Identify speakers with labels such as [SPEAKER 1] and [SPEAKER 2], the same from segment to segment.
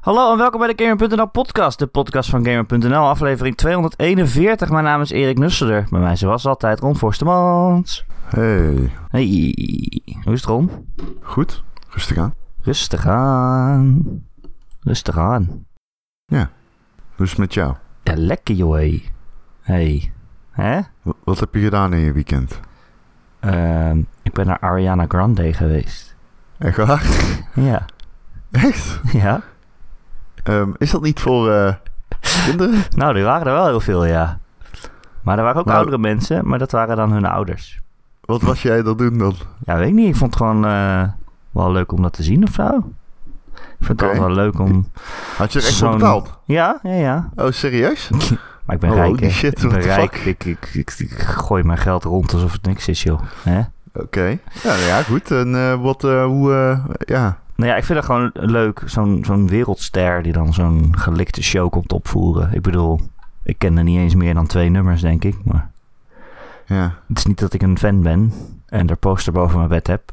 [SPEAKER 1] Hallo en welkom bij de Gamer.nl podcast, de podcast van Gamer.nl, aflevering 241. Mijn naam is Erik Nusselder, bij mij zoals altijd Ron Forstemans.
[SPEAKER 2] Hey,
[SPEAKER 1] Hey, hoe is het Ron?
[SPEAKER 2] goed. Rustig aan.
[SPEAKER 1] Rustig aan, rustig aan.
[SPEAKER 2] Dus met jou.
[SPEAKER 1] Ja, lekker joh, hé. Hey, hè?
[SPEAKER 2] W- Wat heb je gedaan in je weekend?
[SPEAKER 1] Ehm, ik ben naar Ariana Grande geweest.
[SPEAKER 2] Echt waar?
[SPEAKER 1] Ja,
[SPEAKER 2] Echt?
[SPEAKER 1] ja.
[SPEAKER 2] Ehm, is dat niet voor eh, kinderen?
[SPEAKER 1] Nou, die waren er wel heel veel, ja. Maar er waren ook
[SPEAKER 2] Nou-
[SPEAKER 1] oudere mensen, maar dat waren dan hun ouders.
[SPEAKER 2] Wat was jij dat doen dan?
[SPEAKER 1] Ja, weet ik niet. Ik vond het gewoon eh, wel leuk om dat te zien of zo. Ik vind
[SPEAKER 2] Oké.
[SPEAKER 1] het altijd wel leuk om...
[SPEAKER 2] Had je er echt voor
[SPEAKER 1] Zo'n-
[SPEAKER 2] betaald?
[SPEAKER 1] Ja, ja, ja.
[SPEAKER 2] Oh, serieus?
[SPEAKER 1] Maar ik ben
[SPEAKER 2] Oh,
[SPEAKER 1] rijk,
[SPEAKER 2] holy
[SPEAKER 1] hè.
[SPEAKER 2] shit,
[SPEAKER 1] ik
[SPEAKER 2] what
[SPEAKER 1] ben
[SPEAKER 2] the
[SPEAKER 1] rijk.
[SPEAKER 2] fuck?
[SPEAKER 1] Ik, ik, ik, ik gooi mijn geld rond alsof het niks is, joh. Hè?
[SPEAKER 2] Oké. Ja, nou ja, goed. En eh, wat, eh, hoe, eh, ja.
[SPEAKER 1] Nou ja, ik vind dat gewoon leuk. Zo'n zo'n wereldster die dan zo'n gelikte show komt opvoeren. Ik bedoel, ik ken er niet eens meer dan twee nummers, denk ik. Maar
[SPEAKER 2] Ja.
[SPEAKER 1] het is niet dat ik een fan ben en er poster boven mijn bed heb.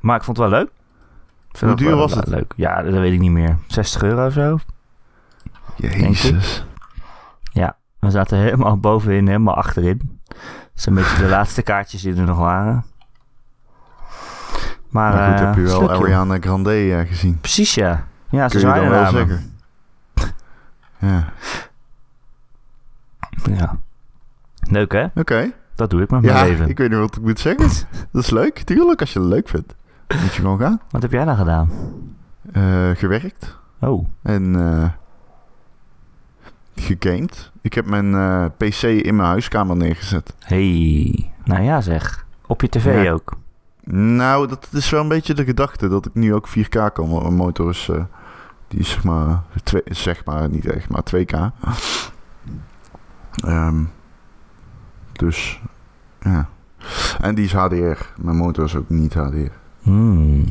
[SPEAKER 1] Maar ik vond het wel leuk. Ik vind
[SPEAKER 2] Hoe
[SPEAKER 1] dat
[SPEAKER 2] duur
[SPEAKER 1] wel
[SPEAKER 2] was het?
[SPEAKER 1] Leuk. Ja, dat weet ik niet meer. 60 euro of zo.
[SPEAKER 2] Jezus.
[SPEAKER 1] We zaten helemaal bovenin, helemaal achterin. Dat is een beetje de laatste kaartjes die er nog waren. Maar,
[SPEAKER 2] Maar Nou goed,
[SPEAKER 1] eh,
[SPEAKER 2] heb je wel
[SPEAKER 1] sluk, joh.
[SPEAKER 2] Ariana Grande eh, gezien?
[SPEAKER 1] Precies, ja. Ja, ze
[SPEAKER 2] Kun je
[SPEAKER 1] zwaaiden
[SPEAKER 2] dan wel
[SPEAKER 1] naar me.
[SPEAKER 2] zeggen. Ja.
[SPEAKER 1] Ja. Leuk, hè?
[SPEAKER 2] Oké.
[SPEAKER 1] Dat doe ik met mijn
[SPEAKER 2] Ja,
[SPEAKER 1] leven.
[SPEAKER 2] ik weet niet wat ik moet zeggen. Dat is leuk. Tuurlijk, als je het leuk vindt. Moet je gewoon gaan.
[SPEAKER 1] Wat heb jij nou gedaan?
[SPEAKER 2] Eh, gewerkt.
[SPEAKER 1] Oh,
[SPEAKER 2] En eh gegamed. Ik heb mijn eh, PC in mijn huiskamer neergezet.
[SPEAKER 1] hey. Nou ja, zeg. Op je tv
[SPEAKER 2] Ja.
[SPEAKER 1] ook.
[SPEAKER 2] Nou, dat is wel een beetje de gedachte dat ik nu ook 4K kan. Want mijn motor is, eh, die is zeg maar, twee, zeg maar, niet echt, maar 2K. Ehm, dus, ja. En die is HDR. Mijn motor is ook niet HDR.
[SPEAKER 1] Hmm.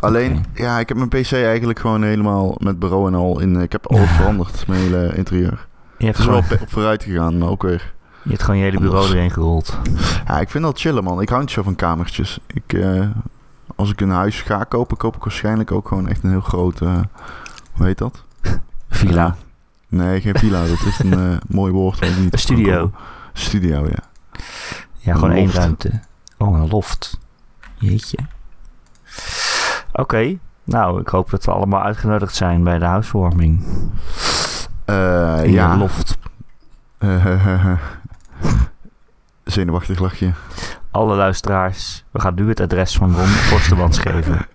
[SPEAKER 2] Alleen,
[SPEAKER 1] Oké.
[SPEAKER 2] ja, ik heb mijn PC eigenlijk gewoon helemaal met bureau en al in. eh, Ik heb alles veranderd, mijn hele interieur.
[SPEAKER 1] Je, hebt
[SPEAKER 2] Het is wel
[SPEAKER 1] gewoon,
[SPEAKER 2] op vooruit gegaan, maar ook weer.
[SPEAKER 1] je hebt gewoon je hele bureau
[SPEAKER 2] Anders.
[SPEAKER 1] erin gerold.
[SPEAKER 2] Ja, ik vind dat chillen, man. Ik hou niet zo van kamertjes. Ik, eh, als ik een huis ga kopen, koop ik waarschijnlijk ook gewoon echt een heel groot... eh, hoe heet dat?
[SPEAKER 1] Villa.
[SPEAKER 2] Nee, geen villa. dat is een eh, mooi woord. wat ik niet
[SPEAKER 1] Een studio.
[SPEAKER 2] Studio, ja.
[SPEAKER 1] Ja, gewoon één
[SPEAKER 2] loft.
[SPEAKER 1] ruimte. Oh, een loft. Jeetje. Oké. Nou, ik hoop dat we allemaal uitgenodigd zijn bij de housewarming.
[SPEAKER 2] Eh,
[SPEAKER 1] In de
[SPEAKER 2] ja.
[SPEAKER 1] loft.
[SPEAKER 2] Eh, zenuwachtig lachje.
[SPEAKER 1] Alle luisteraars, we gaan nu het adres van Ron Forstemans geven.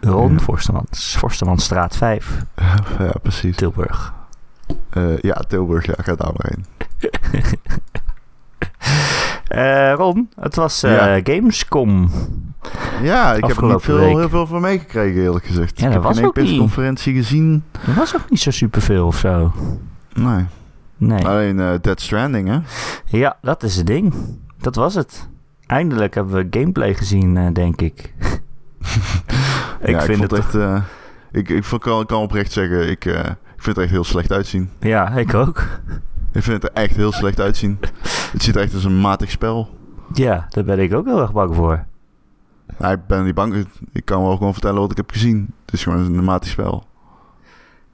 [SPEAKER 1] Ron Forstemans. Forstermansstraat 5,
[SPEAKER 2] ja, precies.
[SPEAKER 1] Tilburg.
[SPEAKER 2] Eh, ja, Tilburg. Ja, ga daar maar heen.
[SPEAKER 1] Eh, Ron, het was eh,
[SPEAKER 2] Ja.
[SPEAKER 1] Gamescom.
[SPEAKER 2] Ja, ik heb er
[SPEAKER 1] Afgelopen
[SPEAKER 2] niet veel,
[SPEAKER 1] week.
[SPEAKER 2] heel veel van meegekregen, eerlijk gezegd.
[SPEAKER 1] Ja, dat
[SPEAKER 2] ik heb
[SPEAKER 1] was
[SPEAKER 2] geen één
[SPEAKER 1] ook niet.
[SPEAKER 2] persconferentie gezien.
[SPEAKER 1] Er was ook niet zo superveel of zo.
[SPEAKER 2] Nee.
[SPEAKER 1] Nee.
[SPEAKER 2] Alleen eh, Dead Stranding, hè?
[SPEAKER 1] Ja, dat is het ding. Dat was het. Eindelijk hebben we gameplay gezien, eh, denk ik. ik
[SPEAKER 2] ja,
[SPEAKER 1] vind
[SPEAKER 2] ik vond
[SPEAKER 1] het
[SPEAKER 2] echt. eh, ik ik vond- kan, kan oprecht zeggen, ik, eh, ik vind het echt heel slecht uitzien.
[SPEAKER 1] Ja, ik ook.
[SPEAKER 2] Ik vind het er echt heel slecht uitzien. Het ziet er echt als een matig spel.
[SPEAKER 1] Ja, daar ben ik ook heel erg bang voor.
[SPEAKER 2] Nou, ik ben niet bang. Ik kan wel gewoon vertellen wat ik heb gezien. Het is gewoon een matig spel.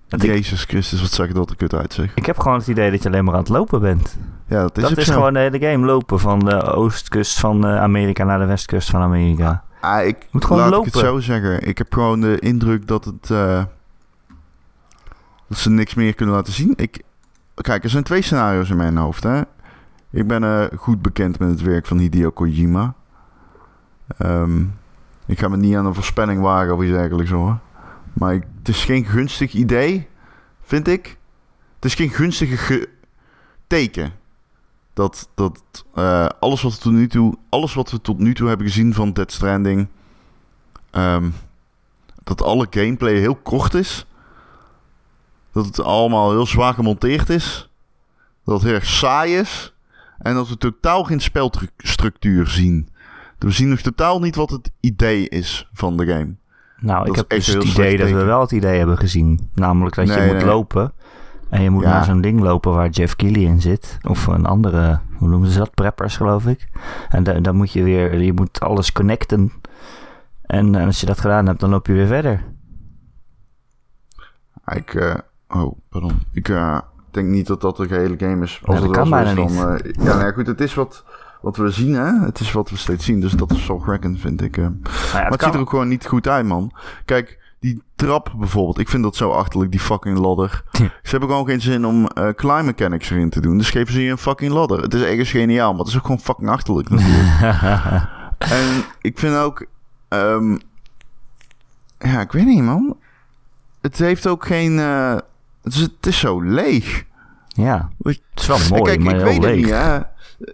[SPEAKER 1] Want ik,
[SPEAKER 2] Jezus Christus, wat zag ik dat er kut uit zeg.
[SPEAKER 1] ik heb gewoon het idee dat je alleen maar aan het lopen bent.
[SPEAKER 2] Ja, dat is
[SPEAKER 1] dat
[SPEAKER 2] ook
[SPEAKER 1] is
[SPEAKER 2] zo.
[SPEAKER 1] gewoon de hele game. Lopen van de oostkust van eh, Amerika naar de westkust van Amerika.
[SPEAKER 2] Ah, ik
[SPEAKER 1] Moet gewoon
[SPEAKER 2] laat
[SPEAKER 1] lopen.
[SPEAKER 2] ik het zo zeggen. Ik heb gewoon de indruk dat het... eh, dat ze niks meer kunnen laten zien. Ik, kijk, er zijn twee scenario's in mijn hoofd. Hè. Ik ben eh, goed bekend met het werk van Hideo Kojima. Ehm, ik ga me niet aan een voorspelling wagen of iets dergelijks hoor. Maar ik- het is geen gunstig idee, vind ik. Het is geen gunstige ge- teken. Dat, dat eh, alles, wat we tot nu toe, alles wat we tot nu toe hebben gezien van Dead Stranding... ehm, dat alle gameplay heel kort is. Dat het allemaal heel zwaar gemonteerd is. Dat het heel erg saai is. En dat we totaal geen spelstructuur zien. We zien nog totaal niet wat het idee is van de game.
[SPEAKER 1] Nou,
[SPEAKER 2] Dat
[SPEAKER 1] ik
[SPEAKER 2] is
[SPEAKER 1] heb
[SPEAKER 2] echt
[SPEAKER 1] dus
[SPEAKER 2] een
[SPEAKER 1] het
[SPEAKER 2] heel
[SPEAKER 1] idee
[SPEAKER 2] slecht
[SPEAKER 1] dat we
[SPEAKER 2] teken.
[SPEAKER 1] wel het idee hebben gezien. Namelijk dat je
[SPEAKER 2] Nee,
[SPEAKER 1] moet
[SPEAKER 2] nee.
[SPEAKER 1] lopen. En je moet
[SPEAKER 2] Ja.
[SPEAKER 1] naar zo'n ding lopen waar Jeff Keighley in zit. Of een andere, hoe noemen ze dat? Preppers, geloof ik. En da- dan moet je weer, je moet alles Nou connecten. En eh, als je dat gedaan hebt, dan loop je weer verder.
[SPEAKER 2] Ah, Ik, eh, oh, pardon. Ik eh, denk niet dat dat de gehele game is.
[SPEAKER 1] Oh,
[SPEAKER 2] Als
[SPEAKER 1] dat
[SPEAKER 2] het
[SPEAKER 1] kan
[SPEAKER 2] wel zo
[SPEAKER 1] bijna
[SPEAKER 2] is, dan, eh, ja, nou ja, goed, het is wat, wat we zien, hè. Het is wat we steeds zien, dus dat is zorgwekkend, vind ik. eh.
[SPEAKER 1] Nou ja,
[SPEAKER 2] maar
[SPEAKER 1] het
[SPEAKER 2] het ziet er
[SPEAKER 1] kan.
[SPEAKER 2] ook gewoon niet goed uit, man. Kijk, die trap bijvoorbeeld. Ik vind dat zo achterlijk, die fucking ladder.
[SPEAKER 1] Tja.
[SPEAKER 2] ze hebben gewoon geen zin om eh climb mechanics erin te doen. Dus geven ze je een fucking ladder. Het is ergens geniaal, maar het is ook gewoon fucking achterlijk natuurlijk. En ik vind ook. ehm, ja, ik weet niet, man. Het heeft ook geen. eh, het, is, het is zo leeg.
[SPEAKER 1] ja,
[SPEAKER 2] Weet-
[SPEAKER 1] het is wel
[SPEAKER 2] En
[SPEAKER 1] mooi,
[SPEAKER 2] kijk,
[SPEAKER 1] maar
[SPEAKER 2] ik
[SPEAKER 1] heel
[SPEAKER 2] weet
[SPEAKER 1] leeg.
[SPEAKER 2] het niet, hè.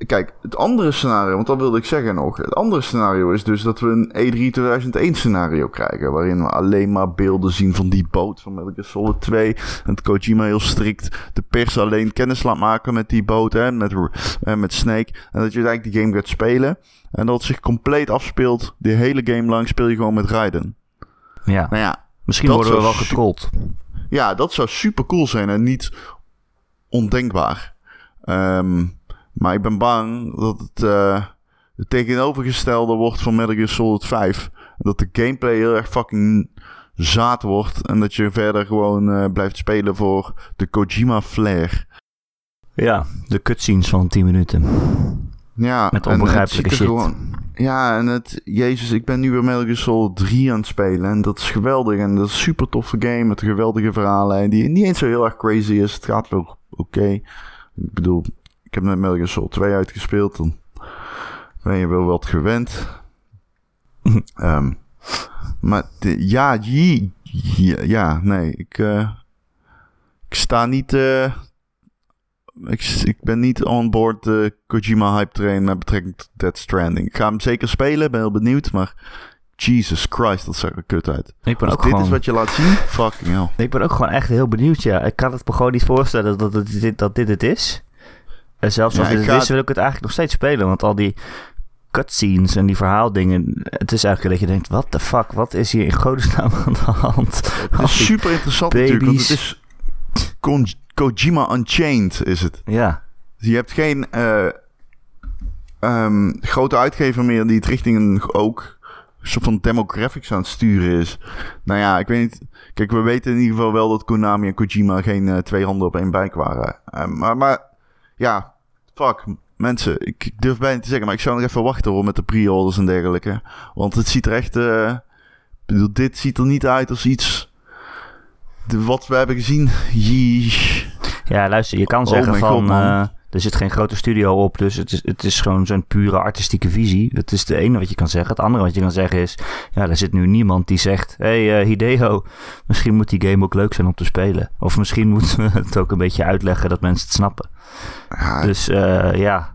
[SPEAKER 2] Kijk, het andere scenario, want dat wilde ik zeggen nog. Het andere scenario is dus dat we een E3 2001 scenario krijgen. Waarin we alleen maar beelden zien van die boot van Metal Gear Solid 2. En dat Kojima heel strikt de pers alleen kennis laat maken met die boot. Hè, met, eh, met Snake. En dat je eigenlijk die game gaat spelen. En dat het zich compleet afspeelt. De hele game lang speel je gewoon met Raiden.
[SPEAKER 1] Ja.
[SPEAKER 2] Nou ja,
[SPEAKER 1] Misschien
[SPEAKER 2] dat
[SPEAKER 1] worden we wel
[SPEAKER 2] zou su-
[SPEAKER 1] getrold.
[SPEAKER 2] ja, dat zou super cool zijn en niet ondenkbaar. Ehm, maar ik ben bang dat het, eh, het tegenovergestelde wordt van Metal Gear Solid 5. Dat de gameplay heel erg fucking zaad wordt. En dat je verder gewoon eh, blijft spelen voor de Kojima flair.
[SPEAKER 1] Ja, de cutscenes van 10 minuten.
[SPEAKER 2] Ja,
[SPEAKER 1] Met
[SPEAKER 2] en het
[SPEAKER 1] onbegrijpelijke
[SPEAKER 2] ziet er
[SPEAKER 1] shit.
[SPEAKER 2] ja, en het... Jezus, ik ben nu weer Metal Gear Solid 3 aan het spelen. En dat is geweldig. En dat is een super toffe game met geweldige verhalen. En die niet eens zo heel erg crazy is. Het gaat wel oké. Ik bedoel, ik heb net Metal Gear Solid 2 uitgespeeld. Dan ben je wel wat gewend. Ehm, maar de- ja, jee, ja, ja, nee. Ik, eh, ik sta niet... eh, ik, s- ik ben niet on board de Kojima hype train met betrekking tot Dead Stranding. Ik ga hem zeker spelen, ben heel benieuwd, maar Jesus Christ, dat zag er kut uit.
[SPEAKER 1] Ik ben,
[SPEAKER 2] Als
[SPEAKER 1] ook
[SPEAKER 2] Dus dit is
[SPEAKER 1] gewoon,
[SPEAKER 2] wat je laat zien, fucking hell.
[SPEAKER 1] ik ben ook gewoon echt heel benieuwd, ja. Ik kan het me gewoon niet voorstellen dat, dat, dit, dat dit het is. En zelfs als
[SPEAKER 2] Ja,
[SPEAKER 1] dit
[SPEAKER 2] ik
[SPEAKER 1] het
[SPEAKER 2] ga-
[SPEAKER 1] is, wil ik het eigenlijk nog steeds spelen. Want al die cutscenes en die verhaaldingen... Het is eigenlijk dat je denkt, what the fuck? Wat is hier in godesnaam aan de hand?
[SPEAKER 2] Het is super interessant
[SPEAKER 1] baby's.
[SPEAKER 2] natuurlijk, want het is Kon- Kojima Unchained is het.
[SPEAKER 1] Ja,
[SPEAKER 2] Dus Je hebt geen eh, ehm, grote uitgever meer die het richting een ook een soort van demographics aan het sturen is. Nou ja, ik weet niet. Kijk, we weten in ieder geval wel dat Konami en Kojima geen eh, twee handen op één buik waren. Eh, maar, maar ja, fuck. Mensen, ik ik durf bijna niet te zeggen, maar ik zou nog even wachten hoor met de pre-orders en dergelijke. Want het ziet er echt. eh, ik bedoel, dit ziet er niet uit als iets. De, wat we hebben gezien. Jee.
[SPEAKER 1] Ja, luister, je kan
[SPEAKER 2] Oh
[SPEAKER 1] zeggen
[SPEAKER 2] mijn
[SPEAKER 1] van...
[SPEAKER 2] God, man.
[SPEAKER 1] eh, er zit geen grote studio op, dus het is, het is gewoon zo'n pure artistieke visie. Het is de ene wat je kan zeggen. Het andere wat je kan zeggen is... Ja, er zit nu niemand die zegt... Hé, hey, eh, Hideo, misschien moet die game ook leuk zijn om te spelen. Of misschien moeten we het ook een beetje uitleggen dat mensen het snappen.
[SPEAKER 2] Ja,
[SPEAKER 1] Dus eh, ja,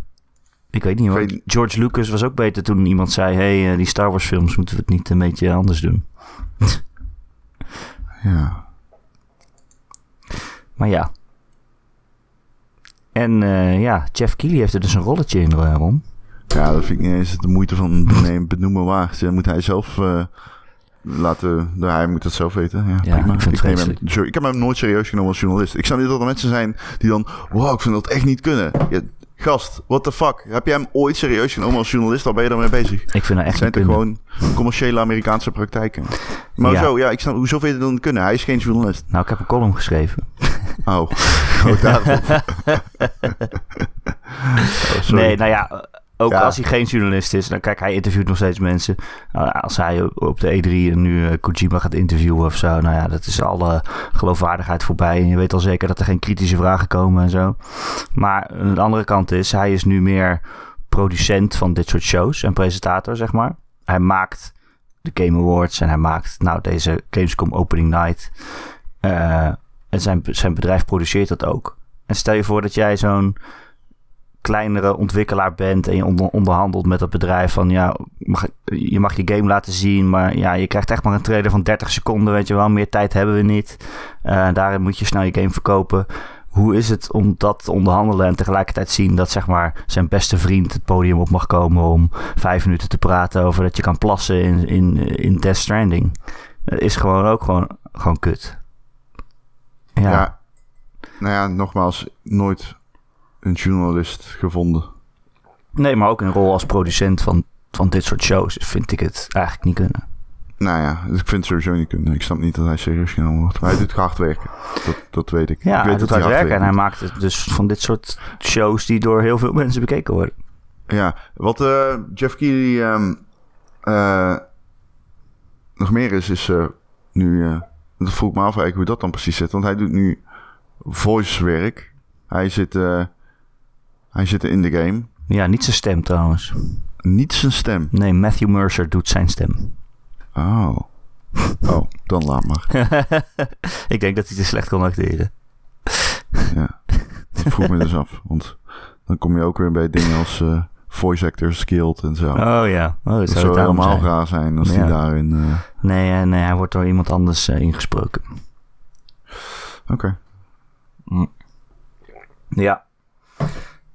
[SPEAKER 1] ik weet niet hoor.
[SPEAKER 2] Ik weet-
[SPEAKER 1] George Lucas was ook beter toen iemand zei... Hé, hey, eh, die Star Wars films moeten we het niet een beetje anders doen.
[SPEAKER 2] ja.
[SPEAKER 1] Maar ja. En eh, ja, Jeff Keighley heeft er dus een rolletje in, eh, Ron.
[SPEAKER 2] Ja, dat vind ik niet eens de moeite van bene- benoemen waard. Dat moet hij zelf eh, laten... nou, hij moet dat zelf weten. Ja,
[SPEAKER 1] Ja,
[SPEAKER 2] prima.
[SPEAKER 1] ik vind het
[SPEAKER 2] neem hem,
[SPEAKER 1] vreselijk.
[SPEAKER 2] sorry, ik heb hem nooit serieus genomen als journalist. Ik snap niet dat er mensen zijn die dan... Wow, ik vind dat echt niet kunnen. Ja, gast, what the fuck? Heb jij hem ooit serieus genomen als journalist? Waar ben je daarmee bezig?
[SPEAKER 1] Ik vind haar
[SPEAKER 2] Het
[SPEAKER 1] echt
[SPEAKER 2] zijn
[SPEAKER 1] een
[SPEAKER 2] toch
[SPEAKER 1] kunde.
[SPEAKER 2] gewoon commerciële Amerikaanse praktijken? Maar
[SPEAKER 1] Ja.
[SPEAKER 2] zo, ja, ik snap... Hoezo vind je dat dan kunnen? Hij is geen journalist.
[SPEAKER 1] Nou, ik heb een column geschreven.
[SPEAKER 2] Oh, oh daarom. Oh, sorry.
[SPEAKER 1] Nee, nou ja, ook
[SPEAKER 2] Ja.
[SPEAKER 1] als hij geen journalist is. Dan kijk, hij interviewt nog steeds mensen. Nou, als hij op de E3 nu eh, Kojima gaat interviewen of zo. Nou ja, dat is alle geloofwaardigheid voorbij. En je weet al zeker dat er geen kritische vragen komen en zo. Maar aan de andere kant is, hij is nu meer producent van dit soort shows en presentator, zeg maar. Hij maakt de Game Awards en hij maakt nou deze Gamescom Opening Night. Eh, en zijn, zijn bedrijf produceert dat ook. En stel je voor dat jij zo'n kleinere ontwikkelaar bent en je onder- onderhandelt met dat bedrijf van ja, mag- je mag je game laten zien, maar ja, je krijgt echt maar een trailer van 30 seconden, weet je wel, meer tijd hebben we niet. Eh, daarin moet je snel je game verkopen. Hoe is het om dat te onderhandelen en tegelijkertijd zien dat zeg maar zijn beste vriend het podium op mag komen om vijf minuten te praten over dat je kan plassen in, in, in Death Stranding? Dat is gewoon ook gewoon, gewoon kut.
[SPEAKER 2] Ja.
[SPEAKER 1] ja.
[SPEAKER 2] Nou ja, nogmaals, nooit een journalist gevonden.
[SPEAKER 1] Nee, maar ook een rol als producent van, van dit soort shows vind ik het eigenlijk niet kunnen.
[SPEAKER 2] Nou ja, dus ik vind het sowieso niet kunnen. Ik snap niet dat hij serieus genomen wordt. Maar hij doet hard werken. Dat, dat weet ik.
[SPEAKER 1] Ja,
[SPEAKER 2] ik
[SPEAKER 1] hij
[SPEAKER 2] weet
[SPEAKER 1] doet hard werken en hij maakt het dus van dit soort shows die door heel veel mensen bekeken worden.
[SPEAKER 2] Ja, wat eh, Jeff Keighley ehm, eh, nog meer is, is eh, nu... eh, dat vroeg ik me af eigenlijk hoe dat dan precies zit. Want hij doet nu voice werk. Hij zit, eh, hij zit in de game.
[SPEAKER 1] Ja, niet zijn stem trouwens.
[SPEAKER 2] Niet zijn stem.
[SPEAKER 1] Nee, Matthew Mercer doet zijn stem.
[SPEAKER 2] Oh. Oh, dan laat maar.
[SPEAKER 1] ik denk dat hij te slecht kon acteren.
[SPEAKER 2] Ja. Dat vroeg me dus af. Want dan kom je ook weer bij dingen als eh, voice actor skilled en zo.
[SPEAKER 1] Oh ja, oh, dat
[SPEAKER 2] dat
[SPEAKER 1] zou het
[SPEAKER 2] zou
[SPEAKER 1] daarom
[SPEAKER 2] helemaal
[SPEAKER 1] zijn.
[SPEAKER 2] raar zijn als
[SPEAKER 1] Ja.
[SPEAKER 2] die daarin... eh,
[SPEAKER 1] Nee, eh, nee, hij wordt door iemand anders eh, ingesproken.
[SPEAKER 2] Oké.
[SPEAKER 1] Ja.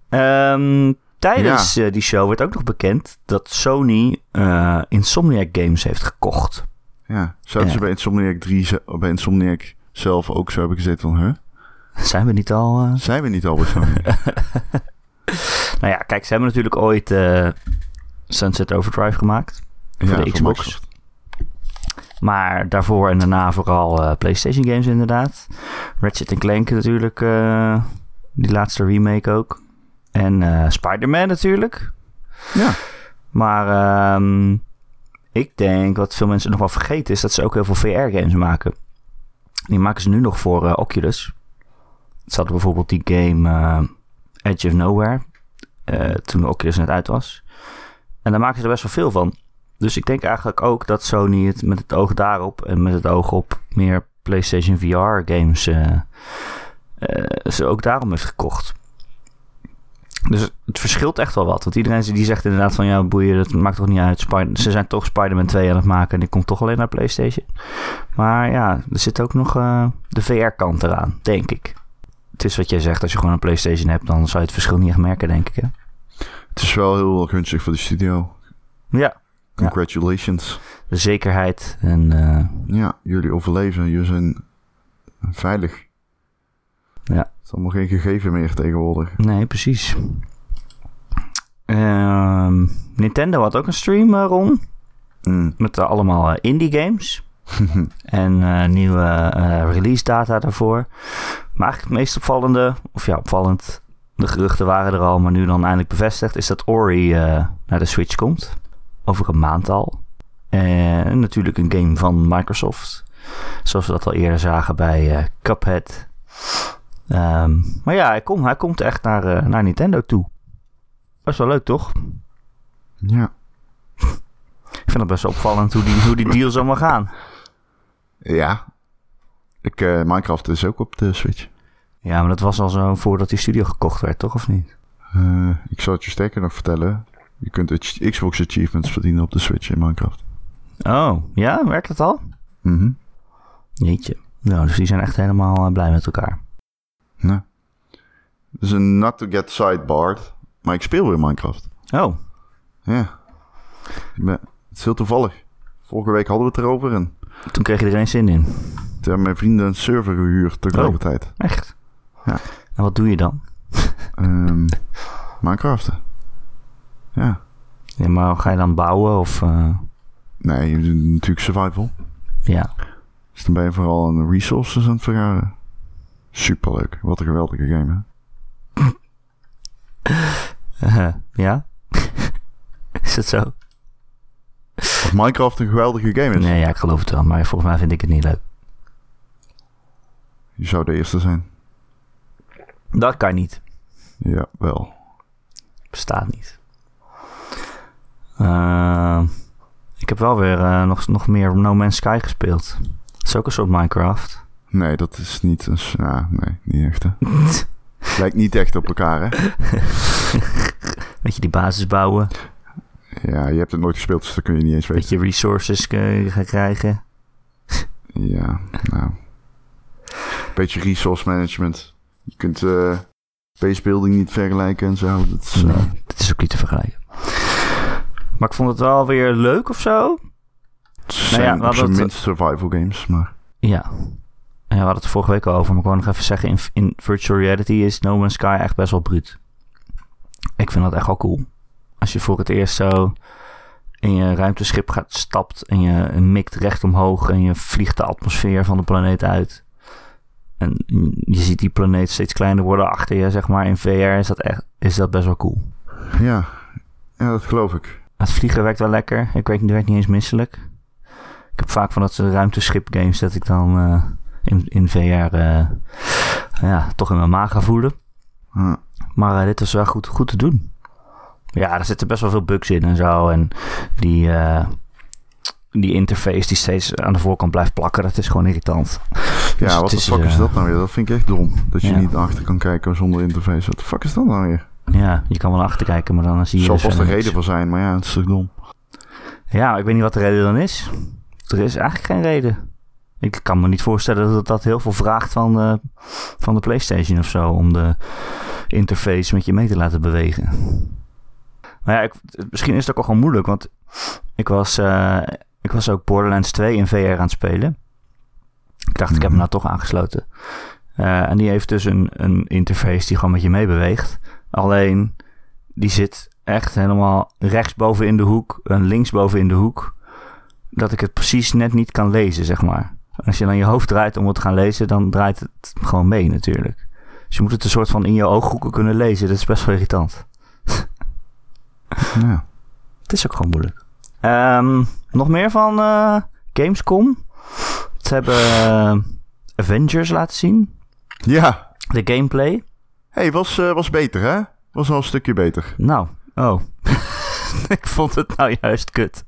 [SPEAKER 1] Ehm, tijdens eh, die show werd ook nog bekend dat Sony eh, Insomniac Games heeft gekocht.
[SPEAKER 2] Ja. Zouden
[SPEAKER 1] Ja.
[SPEAKER 2] ze bij Insomniac 3, ze- bij Insomniac zelf ook zo hebben gezeten van... Huh?
[SPEAKER 1] Zijn we niet al... eh?
[SPEAKER 2] Zijn we niet al bij Sony?
[SPEAKER 1] Nou ja, kijk, ze hebben natuurlijk ooit eh, Sunset Overdrive gemaakt.
[SPEAKER 2] Ja,
[SPEAKER 1] de
[SPEAKER 2] van
[SPEAKER 1] Xbox.
[SPEAKER 2] Microsoft.
[SPEAKER 1] Maar daarvoor en daarna vooral eh, PlayStation games inderdaad. Ratchet Clank natuurlijk. eh, die laatste remake ook. En eh, Spider-Man natuurlijk.
[SPEAKER 2] Ja.
[SPEAKER 1] Maar ehm, ik denk wat veel mensen nog wel vergeten is dat ze ook heel veel VR-games maken. Die maken ze nu nog voor eh, Oculus. Ze hadden bijvoorbeeld die game eh, Edge of Nowhere. eh, toen Oculus net uit was. En daar maken ze er best wel veel van. Dus ik denk eigenlijk ook dat Sony het met het oog daarop en met het oog op meer PlayStation VR-games eh, eh, ze ook daarom heeft gekocht. Dus het verschilt echt wel wat. Want iedereen die zegt inderdaad van ja, boeien, dat maakt toch niet uit. Spider- ze zijn toch Spider-Man 2 aan het maken en die komt toch alleen naar PlayStation. Maar ja, er zit ook nog eh, de VR-kant eraan, denk ik. Het is wat jij zegt, als je gewoon een PlayStation hebt, dan zou je het verschil niet echt merken, denk ik. Hè?
[SPEAKER 2] Het is wel heel gunstig voor de studio.
[SPEAKER 1] Ja.
[SPEAKER 2] Congratulations.
[SPEAKER 1] De zekerheid en eh,
[SPEAKER 2] Ja, jullie overleven. Jullie zijn veilig.
[SPEAKER 1] Ja.
[SPEAKER 2] Het is allemaal geen gegeven meer tegenwoordig.
[SPEAKER 1] nee, precies. Ehm, Nintendo had ook een stream eh, rond
[SPEAKER 2] Mm.
[SPEAKER 1] met eh, allemaal eh, indie games. En eh, nieuwe eh, release data daarvoor. Maar eigenlijk het meest opvallende, of ja, opvallend. De geruchten waren er al, maar nu dan eindelijk bevestigd, is dat Ori eh, naar de Switch komt. Over een maand al. En natuurlijk een game van Microsoft. Zoals we dat al eerder zagen bij eh, Cuphead. Ehm, maar ja, hij, komt, hij komt echt naar, eh, naar Nintendo toe. Best wel leuk, toch?
[SPEAKER 2] ja.
[SPEAKER 1] Ik vind het best wel opvallend hoe die, hoe die deals allemaal gaan.
[SPEAKER 2] Ja. Ik, eh, Minecraft is ook op de Switch.
[SPEAKER 1] Ja, maar dat was al zo voordat die studio gekocht werd, toch? Of niet?
[SPEAKER 2] Eh, ik zal het je sterker nog vertellen. Je kunt ach- Xbox Achievements verdienen op de Switch in Minecraft.
[SPEAKER 1] Oh, ja? Werkt het al?
[SPEAKER 2] Mhm.
[SPEAKER 1] Jeetje. Nou, dus die zijn echt helemaal eh, blij met elkaar.
[SPEAKER 2] Ja. Het is een not to get sidebarred, maar ik speel weer Minecraft.
[SPEAKER 1] Oh,
[SPEAKER 2] Ja. Ik ben, het is heel toevallig. Vorige week hadden we het erover en
[SPEAKER 1] toen kreeg je er geen zin in.
[SPEAKER 2] toen hebben mijn vrienden een server gehuurd tegelijkertijd.
[SPEAKER 1] Echt?
[SPEAKER 2] Ja.
[SPEAKER 1] En wat doe je dan?
[SPEAKER 2] Ehm, Minecraften. Ja.
[SPEAKER 1] Ja, maar ga je dan bouwen of... eh,
[SPEAKER 2] Nee, je doet natuurlijk survival.
[SPEAKER 1] ja.
[SPEAKER 2] Dus dan ben je vooral aan resources aan het vergaren. Superleuk. Wat een geweldige game, hè?
[SPEAKER 1] ja? is dat zo?
[SPEAKER 2] Of Minecraft een geweldige game is.
[SPEAKER 1] Nee, ja, ik geloof het wel. Maar volgens mij vind ik het niet leuk.
[SPEAKER 2] Je zou de eerste zijn.
[SPEAKER 1] Dat kan niet.
[SPEAKER 2] Ja, wel.
[SPEAKER 1] Bestaat niet. Eh, ik heb wel weer eh, nog, nog meer No Man's Sky gespeeld. Dat is ook een soort Minecraft.
[SPEAKER 2] Nee, dat is niet een... s- Ja, nee, niet echt, hè. Lijkt niet echt op elkaar, hè.
[SPEAKER 1] Weet je, die basis bouwen.
[SPEAKER 2] Ja, je hebt het nooit gespeeld, dus dat kun je niet eens
[SPEAKER 1] Weet
[SPEAKER 2] weten.
[SPEAKER 1] je, resources eh, gaan krijgen.
[SPEAKER 2] Ja, nou. Beetje resource management. Je kunt eh base building niet vergelijken en zo. Dat is, eh,
[SPEAKER 1] Nee, Nou dat is ook niet te vergelijken. Maar ik vond het wel weer leuk of zo.
[SPEAKER 2] het zijn
[SPEAKER 1] we
[SPEAKER 2] op
[SPEAKER 1] hadden
[SPEAKER 2] zijn
[SPEAKER 1] het-
[SPEAKER 2] minst survival games, maar...
[SPEAKER 1] Ja. En we hadden het er vorige week al over, maar ik wou nog even zeggen: in, in virtual reality is No Man's Sky echt best wel bruut. Ik vind dat echt wel cool. Als je voor het eerst zo in je ruimteschip gaat, stapt en je mikt recht omhoog en je vliegt de atmosfeer van de planeet uit. En je ziet die planeet steeds kleiner worden achter je, zeg maar. In VR is dat, echt, is dat best wel cool.
[SPEAKER 2] Ja. ja, dat geloof ik.
[SPEAKER 1] Het vliegen werkt wel lekker. Ik weet, niet- werd niet eens misselijk. Ik heb vaak van dat soort ruimteschip games dat ik dan eh, in, in VR eh, ja, toch in mijn maag ga voelen.
[SPEAKER 2] Ja.
[SPEAKER 1] Maar eh, dit was wel goed, goed te doen. Ja, er zitten best wel veel bugs in en zo. En die, eh, die interface die steeds aan de voorkant blijft plakken, dat is gewoon irritant. Dus
[SPEAKER 2] Ja,
[SPEAKER 1] het
[SPEAKER 2] wat de
[SPEAKER 1] is,
[SPEAKER 2] fuck is
[SPEAKER 1] eh,
[SPEAKER 2] dat nou weer? Dat vind ik echt dom. Dat je
[SPEAKER 1] ja.
[SPEAKER 2] niet achter kan kijken zonder interface. Wat de fuck is dat nou weer?
[SPEAKER 1] Ja, je kan wel achterkijken, maar dan zie
[SPEAKER 2] Er
[SPEAKER 1] je...
[SPEAKER 2] zal
[SPEAKER 1] dus
[SPEAKER 2] vast een
[SPEAKER 1] verder
[SPEAKER 2] reden
[SPEAKER 1] niks.
[SPEAKER 2] voor zijn, maar ja, het is toch dom.
[SPEAKER 1] Ja, maar ik weet niet wat de reden dan is. Er is eigenlijk geen reden. Ik kan me niet voorstellen dat dat heel veel vraagt van eh, de, van de PlayStation of zo. Om de interface met je mee te laten bewegen. Maar ja, ik, misschien is het ook al gewoon moeilijk. Want ik was, eh, ik was ook Borderlands 2 in VR aan het spelen. Ik dacht, ik heb hem nou toch aangesloten. Eh, en die heeft dus een, een interface die gewoon met je meebeweegt. Alleen, die zit echt helemaal rechtsboven in de hoek en linksboven in de hoek. Dat ik het precies net niet kan lezen, zeg maar. Als je dan je hoofd draait om het te gaan lezen, dan draait het gewoon mee natuurlijk. Dus je moet het een soort van in je ooghoeken kunnen lezen. Dat is best wel irritant.
[SPEAKER 2] Ja.
[SPEAKER 1] Het is ook gewoon moeilijk. Ehm, nog meer van eh, Gamescom. Ze hebben eh, Avengers laten zien.
[SPEAKER 2] ja.
[SPEAKER 1] De gameplay.
[SPEAKER 2] hey, was, eh, was beter, hè? Was al een stukje beter.
[SPEAKER 1] Nou, oh. ik vond het nou juist kut.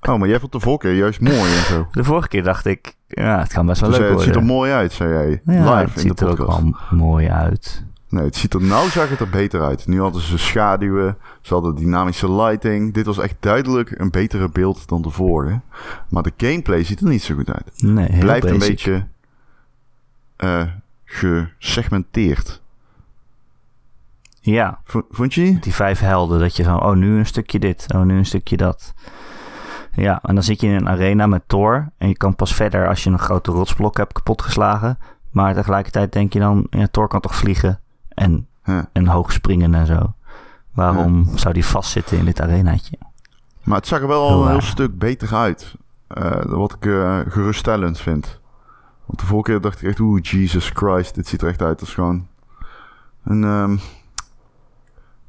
[SPEAKER 2] Oh, maar jij vond de voorkeur juist mooi en zo.
[SPEAKER 1] De vorige keer dacht ik, ja, het kan best wel
[SPEAKER 2] Dus, eh,
[SPEAKER 1] leuk
[SPEAKER 2] het ziet er
[SPEAKER 1] worden.
[SPEAKER 2] mooi uit, zei jij.
[SPEAKER 1] ja,
[SPEAKER 2] live
[SPEAKER 1] het
[SPEAKER 2] in de
[SPEAKER 1] ziet er ook
[SPEAKER 2] podcast.
[SPEAKER 1] wel mooi uit.
[SPEAKER 2] Nee, het ziet er nou zag het er beter uit. Nu hadden ze schaduwen, ze hadden dynamische lighting. Dit was echt duidelijk een betere beeld dan de vorige. Maar de gameplay ziet er niet zo goed uit.
[SPEAKER 1] Nee, heel
[SPEAKER 2] blijft
[SPEAKER 1] basic.
[SPEAKER 2] een beetje eh, gesegmenteerd.
[SPEAKER 1] Ja,
[SPEAKER 2] V- vond je?
[SPEAKER 1] die vijf helden. Dat je van, oh, nu een stukje dit, oh, nu een stukje dat. Ja, en dan zit je in een arena met Thor. En je kan pas verder als je een grote rotsblok hebt kapotgeslagen. Maar tegelijkertijd denk je dan, ja, Thor kan toch vliegen en,
[SPEAKER 2] Ja.
[SPEAKER 1] en hoog springen en zo. Waarom zou die vastzitten in dit arenaatje?
[SPEAKER 2] Maar het zag er wel
[SPEAKER 1] Heel
[SPEAKER 2] een heel
[SPEAKER 1] waar.
[SPEAKER 2] stuk beter uit. Eh, wat ik eh, geruststellend vind. Want de vorige keer dacht ik echt, oeh, Jesus Christ, dit ziet er echt uit als gewoon een ehm,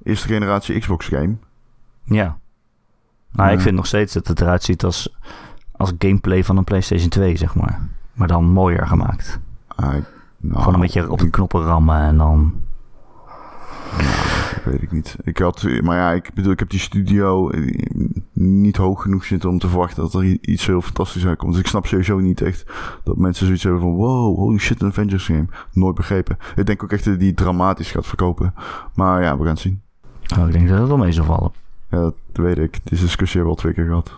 [SPEAKER 2] eerste generatie Xbox game.
[SPEAKER 1] Ja. Nou,
[SPEAKER 2] Ja.
[SPEAKER 1] ik vind nog steeds dat het eruit ziet als, als gameplay van een PlayStation 2, zeg maar. Maar dan mooier gemaakt.
[SPEAKER 2] Ah, ik- nou,
[SPEAKER 1] Gewoon een beetje op de knoppen rammen en dan...
[SPEAKER 2] ik weet ik niet. Ik had, maar ja, ik bedoel, ik heb die studio eh, niet hoog genoeg zitten om te verwachten dat er i- iets heel fantastisch uitkomt. Dus ik snap sowieso niet echt dat mensen zoiets hebben van wow, holy shit, een Avengers game. Nooit begrepen. Ik denk ook echt dat die dramatisch gaat verkopen. Maar ja, we gaan het zien.
[SPEAKER 1] Oh, ik denk dat het wel mee zal vallen.
[SPEAKER 2] Ja, dat weet ik. Deze discussie hebben we al twee keer gehad.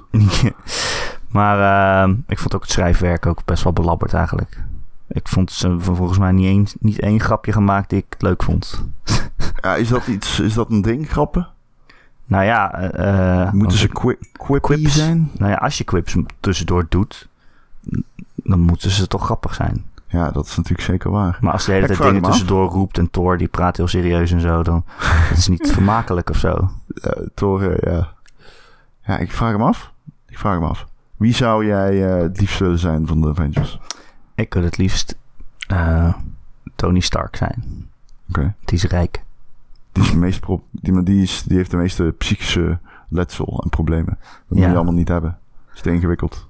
[SPEAKER 1] maar ehm, ik vond ook het schrijfwerk ook best wel belabberd eigenlijk. Ik vond ze v- volgens mij niet, eens, niet één grapje gemaakt die ik leuk vond.
[SPEAKER 2] Ja, is dat iets, is dat een ding, grappen?
[SPEAKER 1] Nou ja, eh, eh,
[SPEAKER 2] Moeten
[SPEAKER 1] als
[SPEAKER 2] ze
[SPEAKER 1] ik-
[SPEAKER 2] qui quippy
[SPEAKER 1] Quips?
[SPEAKER 2] zijn?
[SPEAKER 1] nou ja, als je quips m- tussendoor doet, n- dan moeten ze toch grappig zijn.
[SPEAKER 2] Ja, dat is natuurlijk zeker waar.
[SPEAKER 1] Maar als de hele
[SPEAKER 2] Ik
[SPEAKER 1] tijd
[SPEAKER 2] vraag
[SPEAKER 1] dingen
[SPEAKER 2] me af.
[SPEAKER 1] tussendoor roept en Thor die praat heel serieus en zo, dan dat is niet vermakelijk of zo.
[SPEAKER 2] Ja, toren, eh, ja. Ja, ik vraag hem af. Ik vraag hem af. Wie zou jij eh, het liefst willen zijn van de Avengers?
[SPEAKER 1] Ik wil het liefst eh, Tony Stark zijn.
[SPEAKER 2] Oké.
[SPEAKER 1] Die is rijk.
[SPEAKER 2] Die, is de meest pro- die, maar die, is, die heeft de meeste psychische letsel en problemen. Dat moet
[SPEAKER 1] Ja.
[SPEAKER 2] je allemaal niet hebben. Dat is te ingewikkeld.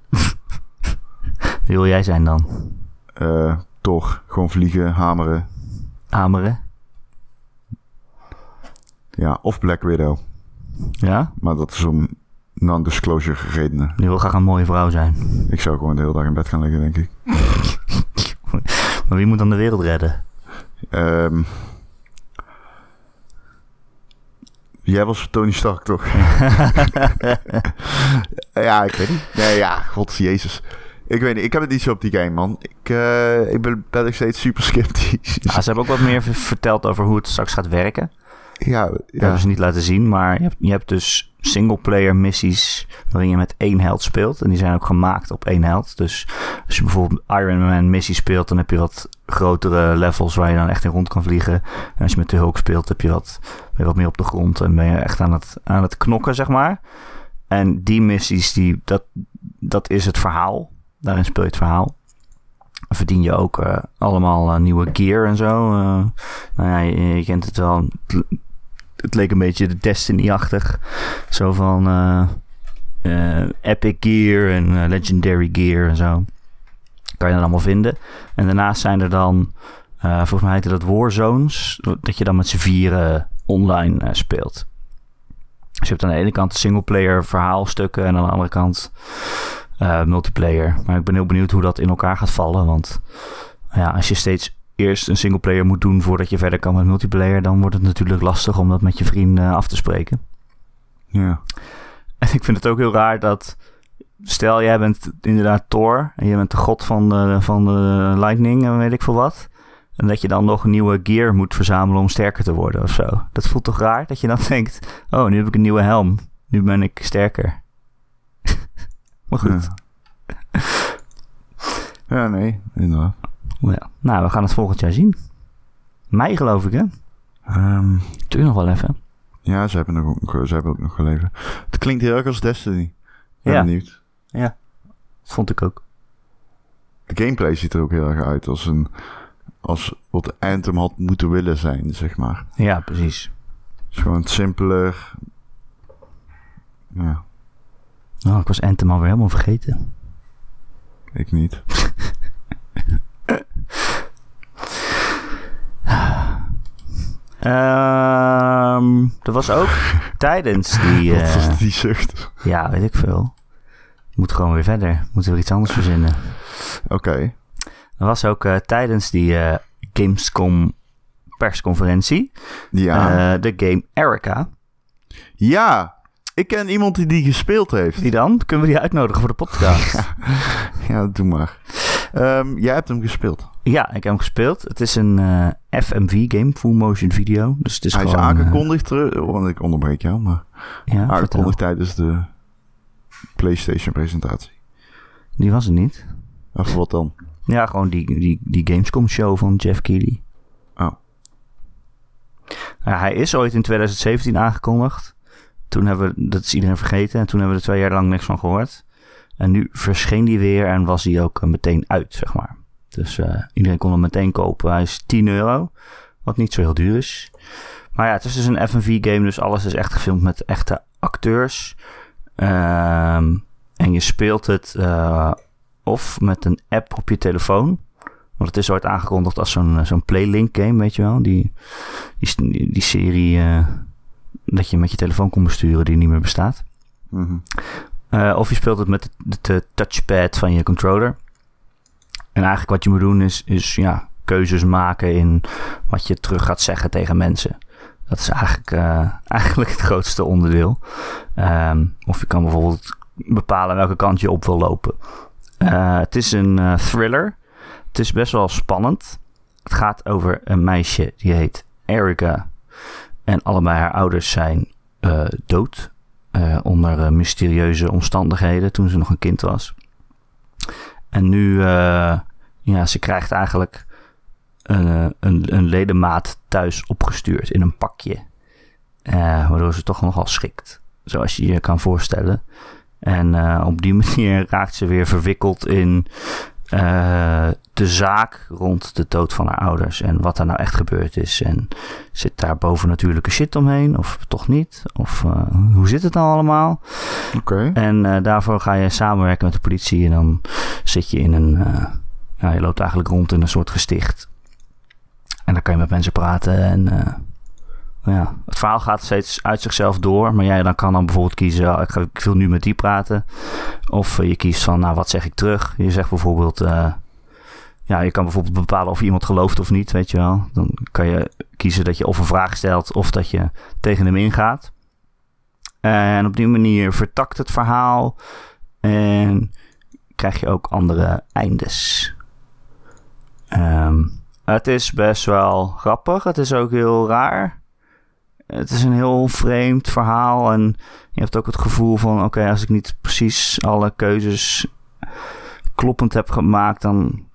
[SPEAKER 1] Wie wil jij zijn dan?
[SPEAKER 2] Eh, toch, gewoon vliegen, hameren.
[SPEAKER 1] Hameren?
[SPEAKER 2] Ja, of Black Widow.
[SPEAKER 1] Ja?
[SPEAKER 2] Maar dat is om non-disclosure redenen.
[SPEAKER 1] Je wil graag een mooie vrouw zijn.
[SPEAKER 2] Ik zou gewoon de hele dag in bed gaan liggen, denk ik.
[SPEAKER 1] Maar wie moet dan de wereld redden?
[SPEAKER 2] Ehm, jij was Tony Stark, toch? Ja, ik weet niet. Nee, ja, god, jezus. Ik weet niet, ik heb het niet zo op die game, man. Ik, eh, ik ben, ben nog steeds super sceptisch.
[SPEAKER 1] Nou, ze hebben ook wat meer v- verteld over hoe het straks gaat werken.
[SPEAKER 2] Ja,
[SPEAKER 1] Dat
[SPEAKER 2] ja.
[SPEAKER 1] hebben ze niet laten zien, maar je hebt, je hebt dus singleplayer missies waarin je met één held speelt. En die zijn ook gemaakt op één held. Dus als je bijvoorbeeld Iron Man missie speelt, dan heb je wat grotere levels waar je dan echt in rond kan vliegen. En als je met de Hulk speelt, heb je wat, ben je wat meer op de grond en ben je echt aan het, aan het knokken, zeg maar. En die missies, die, dat, dat is het verhaal. Daarin speel je het verhaal. Verdien je ook eh, allemaal eh, nieuwe gear en zo. Eh, nou ja, je, je kent het wel. Het, l- het leek een beetje de Destiny-achtig. Zo van eh, eh, Epic Gear en eh, Legendary Gear en zo. Kan je dan allemaal vinden. En daarnaast zijn er dan, eh, volgens mij heette dat Warzones. Dat je dan met z'n vieren online eh, speelt. Dus je hebt aan de ene kant singleplayer verhaalstukken en aan de andere kant eh, multiplayer. Maar ik ben heel benieuwd hoe dat in elkaar gaat vallen. Want ja, als je steeds eerst een singleplayer moet doen voordat je verder kan met multiplayer, dan wordt het natuurlijk lastig om dat met je vrienden eh, af te spreken.
[SPEAKER 2] Ja.
[SPEAKER 1] En ik vind het ook heel raar dat. Stel, jij bent inderdaad Thor. En je bent de god van de, van de Lightning en weet ik veel wat. En dat je dan nog een nieuwe gear moet verzamelen om sterker te worden of zo. Dat voelt toch raar dat je dan denkt: oh, nu heb ik een nieuwe helm. Nu ben ik sterker. maar goed.
[SPEAKER 2] Ja. ja, nee, inderdaad.
[SPEAKER 1] Ja. Nou, we gaan het volgend jaar zien. Mei, geloof ik, hè?
[SPEAKER 2] Ehm,
[SPEAKER 1] Tuur nog wel even.
[SPEAKER 2] ja, ze hebben, nog, ook- ze hebben ook nog gelezen. Het klinkt heel erg als Destiny. Ik Ben
[SPEAKER 1] Ja.
[SPEAKER 2] benieuwd.
[SPEAKER 1] Dat vond ik ook.
[SPEAKER 2] De gameplay ziet er ook heel erg uit als een... Als wat Anthem had moeten willen zijn, zeg maar.
[SPEAKER 1] Ja, precies.
[SPEAKER 2] Het is gewoon simpeler. Ja,
[SPEAKER 1] Oh, ik was Anthem alweer helemaal vergeten.
[SPEAKER 2] ik niet.
[SPEAKER 1] Ehm dat was ook tijdens die.
[SPEAKER 2] Wat
[SPEAKER 1] eh,
[SPEAKER 2] was die zucht?
[SPEAKER 1] ja, weet ik veel. Moet gewoon weer verder. Moeten we iets anders verzinnen.
[SPEAKER 2] Oké.
[SPEAKER 1] Er was ook eh, tijdens die eh, Gamescom persconferentie.
[SPEAKER 2] Ja.
[SPEAKER 1] eh, de game Erica.
[SPEAKER 2] ja! Ik ken iemand die die gespeeld heeft.
[SPEAKER 1] Die dan? Kunnen we die uitnodigen voor de podcast?
[SPEAKER 2] Ja, doe maar. Ehm, jij hebt hem gespeeld.
[SPEAKER 1] ja, ik heb hem gespeeld. Het is een eh, FMV game, full motion video. Dus het is
[SPEAKER 2] Hij is
[SPEAKER 1] gewoon, eh,
[SPEAKER 2] aangekondigd. terug- Oh, want ik onderbreek jou, maar
[SPEAKER 1] ja, vertel.
[SPEAKER 2] aangekondigd tijdens de PlayStation-presentatie.
[SPEAKER 1] Die was het niet.
[SPEAKER 2] Of wat dan?
[SPEAKER 1] Ja, gewoon die, die, die Gamescom-show van Jeff Keighley.
[SPEAKER 2] Oh.
[SPEAKER 1] Ja, hij is ooit in 2017 aangekondigd. Toen hebben we, dat is iedereen vergeten, en toen hebben we er twee jaar lang niks van gehoord. En nu verscheen die weer en was hij ook eh, meteen uit, zeg maar. Dus eh, iedereen kon hem meteen kopen. Hij is 10 euro, wat niet zo heel duur is. Maar ja, het is dus een FNV-game, dus alles is echt gefilmd met echte acteurs. Ehm, en je speelt het eh, of met een app op je telefoon. Want het is ooit aangekondigd als zo'n eh, zo'n Playlink game, weet je wel. Die, die, die- die serie eh, dat je met je telefoon kon besturen die niet meer bestaat.
[SPEAKER 2] Mhm.
[SPEAKER 1] Eh, of je speelt het met de, de touchpad van je controller. En eigenlijk wat je moet doen is, is ja, keuzes maken in wat je terug gaat zeggen tegen mensen. Dat is eigenlijk, eh, eigenlijk het grootste onderdeel. Ehm, of je kan bijvoorbeeld bepalen welke kant je op wil lopen. Eh, het is een eh, thriller. Het is best wel spannend. Het gaat over een meisje die heet Erica. En allebei haar ouders zijn eh, dood eh, onder eh, mysterieuze omstandigheden toen ze nog een kind was. En nu, eh, ja, ze krijgt eigenlijk een, eh, een, een ledemaat thuis opgestuurd in een pakje. Eh, waardoor ze toch nogal schikt, zoals je je kan voorstellen. En eh, op die manier raakt ze weer verwikkeld in eh, de zaak rond de dood van haar ouders. En wat er nou echt gebeurd is. En Zit daar bovennatuurlijke shit omheen? Of toch niet? Of eh, hoe zit het nou allemaal?
[SPEAKER 2] Oké.
[SPEAKER 1] En eh, daarvoor ga je samenwerken met de politie. En dan zit je in een. eh, ja, je loopt eigenlijk rond in een soort gesticht. En dan kan je met mensen praten. En eh, nou ja, het verhaal gaat steeds uit zichzelf door. Maar jij dan kan dan bijvoorbeeld kiezen: oh, ik, ga, ik wil nu met die praten. Of eh, je kiest van: nou, wat zeg ik terug? Je zegt bijvoorbeeld. eh, ja, je kan bijvoorbeeld bepalen of je iemand gelooft of niet, weet je wel. Dan kan je kiezen dat je of een vraag stelt of dat je tegen hem ingaat. En op die manier vertakt het verhaal en krijg je ook andere eindes. Ehm, het is best wel grappig, het is ook heel raar. Het is een heel vreemd verhaal en je hebt ook het gevoel van... oké, als ik niet precies alle keuzes kloppend heb gemaakt... dan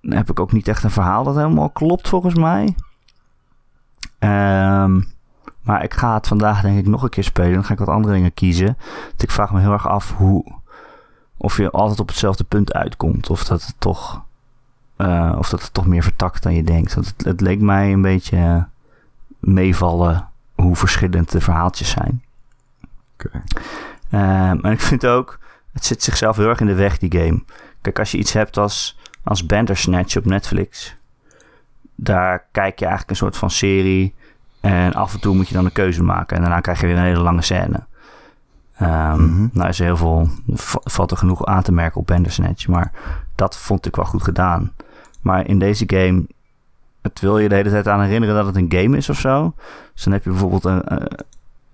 [SPEAKER 1] heb ik ook niet echt een verhaal dat helemaal klopt volgens mij. Ehm, Maar ik ga het vandaag denk ik nog een keer spelen. Dan ga ik wat andere dingen kiezen. Want ik vraag me heel erg af hoe... Of je altijd op hetzelfde punt uitkomt. Of dat het toch... eh, of dat het toch meer vertakt dan je denkt. Want het, het leek mij een beetje eh, meevallen hoe verschillend de verhaaltjes zijn.
[SPEAKER 2] Oké.
[SPEAKER 1] Ehm, en ik vind ook, het zit zichzelf heel erg in de weg, die game. Kijk, als je iets hebt als, als Bandersnatch op Netflix, daar kijk je eigenlijk een soort van serie. En af en toe moet je dan een keuze maken. En daarna krijg je weer een hele lange scène. Ehm,
[SPEAKER 2] Mhm.
[SPEAKER 1] Nou is er heel veel, va- valt er genoeg aan te merken op Bandersnatch. Maar dat vond ik wel goed gedaan. Maar in deze game, het wil je de hele tijd aan herinneren dat het een game is of zo. Dus dan heb je bijvoorbeeld een, eh,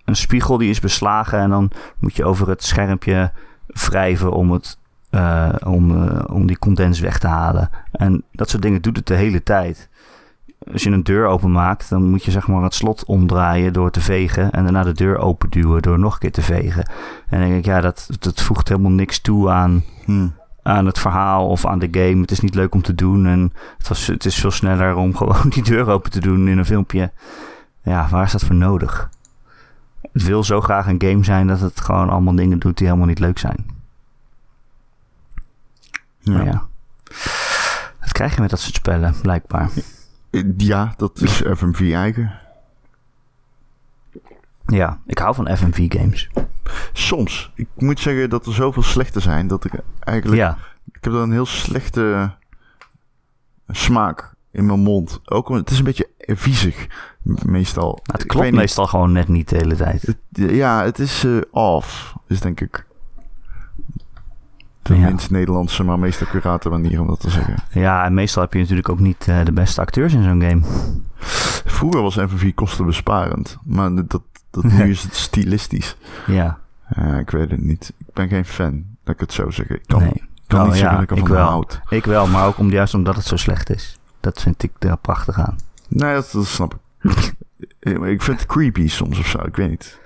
[SPEAKER 1] een spiegel die is beslagen. En dan moet je over het schermpje wrijven om, het, eh, om, eh, om die condens weg te halen. En dat soort dingen doet het de hele tijd. Als je een deur openmaakt, dan moet je zeg maar het slot omdraaien door te vegen. En daarna de deur openduwen door nog een keer te vegen. En dan denk ik, ja, dat, dat voegt helemaal niks toe aan,
[SPEAKER 2] Hm.
[SPEAKER 1] aan het verhaal of aan de game. Het is niet leuk om te doen. En het, was, het is veel sneller om gewoon die deur open te doen in een filmpje. Ja, waar is dat voor nodig? Het wil zo graag een game zijn dat het gewoon allemaal dingen doet die helemaal niet leuk zijn.
[SPEAKER 2] Ja.
[SPEAKER 1] Maar ja. Dat krijg je met dat soort spellen, blijkbaar.
[SPEAKER 2] Eh, ja, dat is FMV eigen.
[SPEAKER 1] Ja, ik hou van FMV-games.
[SPEAKER 2] Soms. Ik moet zeggen dat er zoveel slechte zijn dat ik eigenlijk...
[SPEAKER 1] Ja,
[SPEAKER 2] Ik heb dan een heel slechte smaak in mijn mond. Ook om, het is een beetje viezig, meestal.
[SPEAKER 1] Nou, het
[SPEAKER 2] Ik
[SPEAKER 1] klopt
[SPEAKER 2] weet niet.
[SPEAKER 1] meestal gewoon net niet de hele tijd.
[SPEAKER 2] Het- ja, het is eh off, is denk ik de
[SPEAKER 1] Ja.
[SPEAKER 2] minst Nederlandse, maar meest accurate manier om dat te zeggen.
[SPEAKER 1] Ja, en meestal heb je natuurlijk ook niet eh, de beste acteurs in zo'n game.
[SPEAKER 2] Vroeger was MVV kostenbesparend, maar dat, dat, nu is het stilistisch.
[SPEAKER 1] Ja,
[SPEAKER 2] Ja, ik weet het niet. Ik ben geen fan, dat ik het zo zeg. Ik kan,
[SPEAKER 1] nee.
[SPEAKER 2] kan
[SPEAKER 1] Oh,
[SPEAKER 2] niet
[SPEAKER 1] ja,
[SPEAKER 2] zeggen dat ik
[SPEAKER 1] ik
[SPEAKER 2] ervan
[SPEAKER 1] wel.
[SPEAKER 2] houd.
[SPEAKER 1] Ik wel, maar ook om, juist omdat het zo slecht is. Dat vind ik er prachtig aan.
[SPEAKER 2] Nee, dat, dat snap ik. Eh, maar ik vind het creepy soms of zo, ik weet niet.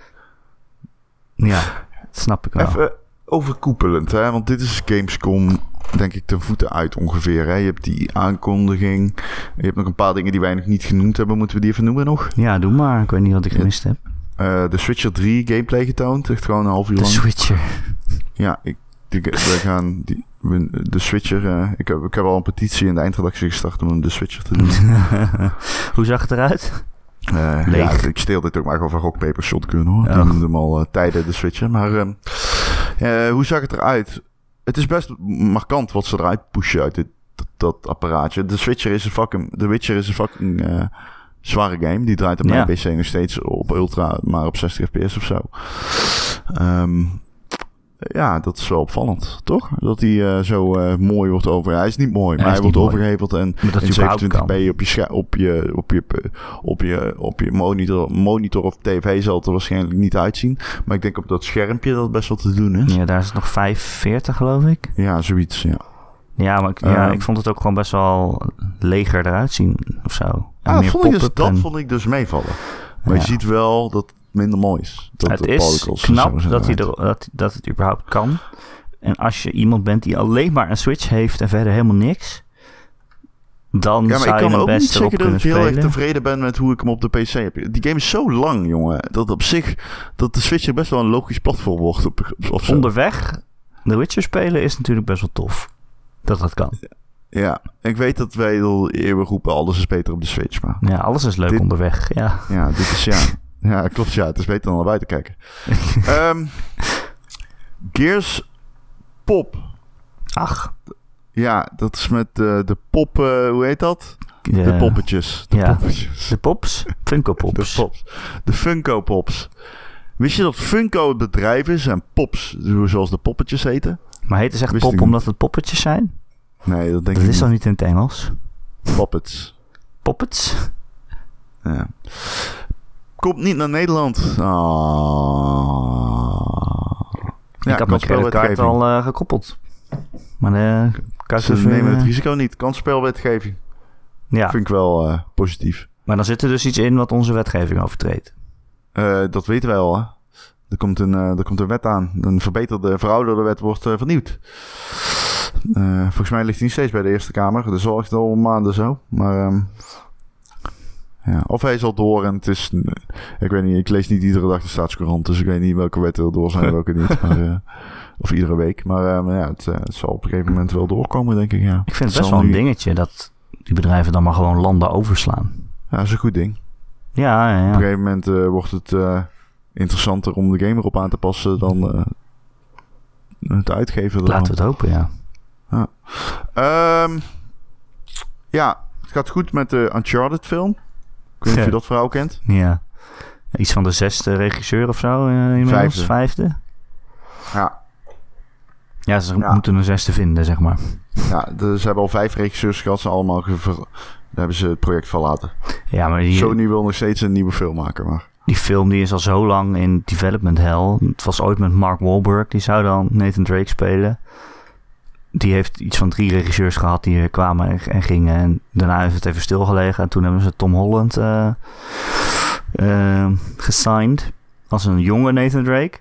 [SPEAKER 1] Ja, dat snap ik wel.
[SPEAKER 2] Even eh, overkoepelend, hè? want dit is Gamescom, denk ik, ten voeten uit ongeveer. Hè? Je hebt die aankondiging. Je hebt nog een paar dingen die wij nog niet genoemd hebben. Moeten we die even noemen nog?
[SPEAKER 1] Ja, doe maar. Ik weet niet wat ik gemist heb.
[SPEAKER 2] Eh, de Switcher 3 gameplay getoond. Echt gewoon een half uur
[SPEAKER 1] De
[SPEAKER 2] lang.
[SPEAKER 1] Switcher.
[SPEAKER 2] ja, ik, die- we gaan die, we- de Switcher... eh, ik, heb, ik heb al een petitie in de eindredactie gestart om hem de Switcher te doen.
[SPEAKER 1] Hoe zag het eruit?
[SPEAKER 2] Eh, ja,
[SPEAKER 1] Leeg.
[SPEAKER 2] ik steel dit ook maar gewoon van Rock Paper Shotgun hoor.
[SPEAKER 1] Ja.
[SPEAKER 2] Die noemde hem al eh, tijden de switchen. Maar ehm, eh, hoe zag het eruit? Het is best markant wat ze eruit pushen uit dit, dat, dat apparaatje. De Switcher is een fucking... The Witcher is een fucking eh, zware game. Die draait op mijn
[SPEAKER 1] Ja.
[SPEAKER 2] PC nog steeds op ultra, maar op 60 fps of zo. Ehm, ja, dat is wel opvallend, toch? Dat hij eh, zo eh, mooi wordt over. Hij is niet mooi,
[SPEAKER 1] Hij
[SPEAKER 2] maar
[SPEAKER 1] is
[SPEAKER 2] hij wordt
[SPEAKER 1] niet mooi.
[SPEAKER 2] overgeheveld en
[SPEAKER 1] Maar dat
[SPEAKER 2] in
[SPEAKER 1] je überhaupt kan.
[SPEAKER 2] 27p op je, scha- op, je, op, je, op, je, op je monitor, monitor of tv zal het er waarschijnlijk niet uitzien. Maar ik denk op dat schermpje dat het best wel te doen is. Ja,
[SPEAKER 1] Ja, daar is het nog 45 geloof ik.
[SPEAKER 2] zoiets. Ja.
[SPEAKER 1] Ja, maar ik, ja,
[SPEAKER 2] Ehm.
[SPEAKER 1] ik vond het ook gewoon best wel leger eruit zien of zo. En
[SPEAKER 2] Ah, dat,
[SPEAKER 1] meer
[SPEAKER 2] vond ik dus,
[SPEAKER 1] pop-up
[SPEAKER 2] dat
[SPEAKER 1] en-
[SPEAKER 2] vond ik dus meevallen. Maar je
[SPEAKER 1] Ja.
[SPEAKER 2] ziet wel dat het minder mooi is. Dat
[SPEAKER 1] het
[SPEAKER 2] de
[SPEAKER 1] is
[SPEAKER 2] particles en zo
[SPEAKER 1] knap
[SPEAKER 2] zijn
[SPEAKER 1] dat, hij
[SPEAKER 2] eruit.
[SPEAKER 1] er, dat, dat het überhaupt kan. En als je iemand bent die alleen maar een Switch heeft en verder helemaal niks, dan
[SPEAKER 2] Ja, maar ik
[SPEAKER 1] zou je
[SPEAKER 2] kan
[SPEAKER 1] hem
[SPEAKER 2] ook niet
[SPEAKER 1] best erop
[SPEAKER 2] zeggen dat
[SPEAKER 1] kunnen
[SPEAKER 2] ik heel erg
[SPEAKER 1] spelen.
[SPEAKER 2] tevreden ben met hoe ik hem op de PC heb. Die game is zo lang, jongen. Dat op zich, dat de Switch er best wel een logisch platform wordt. Op, of zo.
[SPEAKER 1] Onderweg, The Witcher spelen is natuurlijk best wel tof. Dat dat kan.
[SPEAKER 2] Ja, ik weet dat wij al eeuwig roepen, alles is beter op de Switch. Maar
[SPEAKER 1] Ja, alles is leuk
[SPEAKER 2] Dit-
[SPEAKER 1] onderweg. Ja.
[SPEAKER 2] Ja, dit is ja. Ja, klopt ja. Het is beter dan naar buiten kijken. Ehm, Gears Pop.
[SPEAKER 1] Ach,
[SPEAKER 2] Ja, dat is met eh, de pop... eh, hoe heet dat?
[SPEAKER 1] de,
[SPEAKER 2] De poppetjes. De
[SPEAKER 1] ja.
[SPEAKER 2] poppetjes.
[SPEAKER 1] De pops? Funko
[SPEAKER 2] De
[SPEAKER 1] Pops.
[SPEAKER 2] pops. De Funko Pops. Wist je dat Funko het bedrijf is en Pops, zoals de poppetjes heten?
[SPEAKER 1] Maar heet het echt
[SPEAKER 2] Wist ik
[SPEAKER 1] pop
[SPEAKER 2] niet.
[SPEAKER 1] omdat het poppetjes zijn?
[SPEAKER 2] Nee, dat
[SPEAKER 1] dat
[SPEAKER 2] denk ik
[SPEAKER 1] is
[SPEAKER 2] niet.
[SPEAKER 1] dan niet in het Engels?
[SPEAKER 2] Poppets.
[SPEAKER 1] Poppets?
[SPEAKER 2] Ja. Komt niet naar Nederland. Ah. Ja,
[SPEAKER 1] ik had
[SPEAKER 2] kan
[SPEAKER 1] mijn creditcard
[SPEAKER 2] spelwetgeving.
[SPEAKER 1] al eh, gekoppeld. Maar eh, de kaart
[SPEAKER 2] Ze nemen het risico niet. Kan spelwetgeving.
[SPEAKER 1] Ja,
[SPEAKER 2] Vind ik wel eh, positief.
[SPEAKER 1] maar dan zit er dus iets in wat onze wetgeving overtreedt.
[SPEAKER 2] Eh, dat weten wij al, hè? Er komt een, eh, er komt een wet aan. Een verbeterde, verouderde wet wordt eh, vernieuwd. Eh, volgens mij ligt hij nog steeds bij de Eerste Kamer. Dus al echt al maanden zo. Maar ehm, Ja, of hij is al door en het is... eh, Ik weet niet, ik lees niet iedere dag de Staatscourant, dus ik weet niet welke wetten er door zijn en welke niet. Maar, eh, of iedere week. Maar eh, maar ja, het, eh, het zal op een gegeven moment wel doorkomen, denk ik, ja.
[SPEAKER 1] Ik vind het
[SPEAKER 2] zal
[SPEAKER 1] best wel een
[SPEAKER 2] nu-
[SPEAKER 1] dingetje dat die bedrijven dan maar gewoon landen overslaan.
[SPEAKER 2] Ja, dat is een goed ding.
[SPEAKER 1] Ja, ja,
[SPEAKER 2] Op
[SPEAKER 1] ja.
[SPEAKER 2] een gegeven moment eh, wordt het eh, interessanter om de game erop aan te passen dan eh, het uitgeven. ervan.
[SPEAKER 1] laten we het hopen, ja.
[SPEAKER 2] Ehm, ja, het gaat goed met de Uncharted film. Ik weet niet of je
[SPEAKER 1] Ja.
[SPEAKER 2] dat verhaal kent.
[SPEAKER 1] ja. Iets van de zesde regisseur of zo eh, inmiddels,
[SPEAKER 2] Vijfde.
[SPEAKER 1] vijfde.
[SPEAKER 2] Ja,
[SPEAKER 1] Ja, ze
[SPEAKER 2] Ja.
[SPEAKER 1] moeten een zesde vinden, zeg maar.
[SPEAKER 2] ja de- ze hebben al vijf regisseurs gehad. Ze allemaal gever... daar hebben ze het project verlaten.
[SPEAKER 1] Ja, maar die,
[SPEAKER 2] Sony wil nog steeds een nieuwe film maken. Maar
[SPEAKER 1] die film die is al zo lang in development hell. Het was ooit met Mark Wahlberg, die zou dan Nathan Drake spelen. Die heeft iets van drie regisseurs gehad die eh, kwamen en, en gingen. En daarna heeft het even stilgelegen. En toen hebben ze Tom Holland eh eh, gesigned als een jonge Nathan Drake.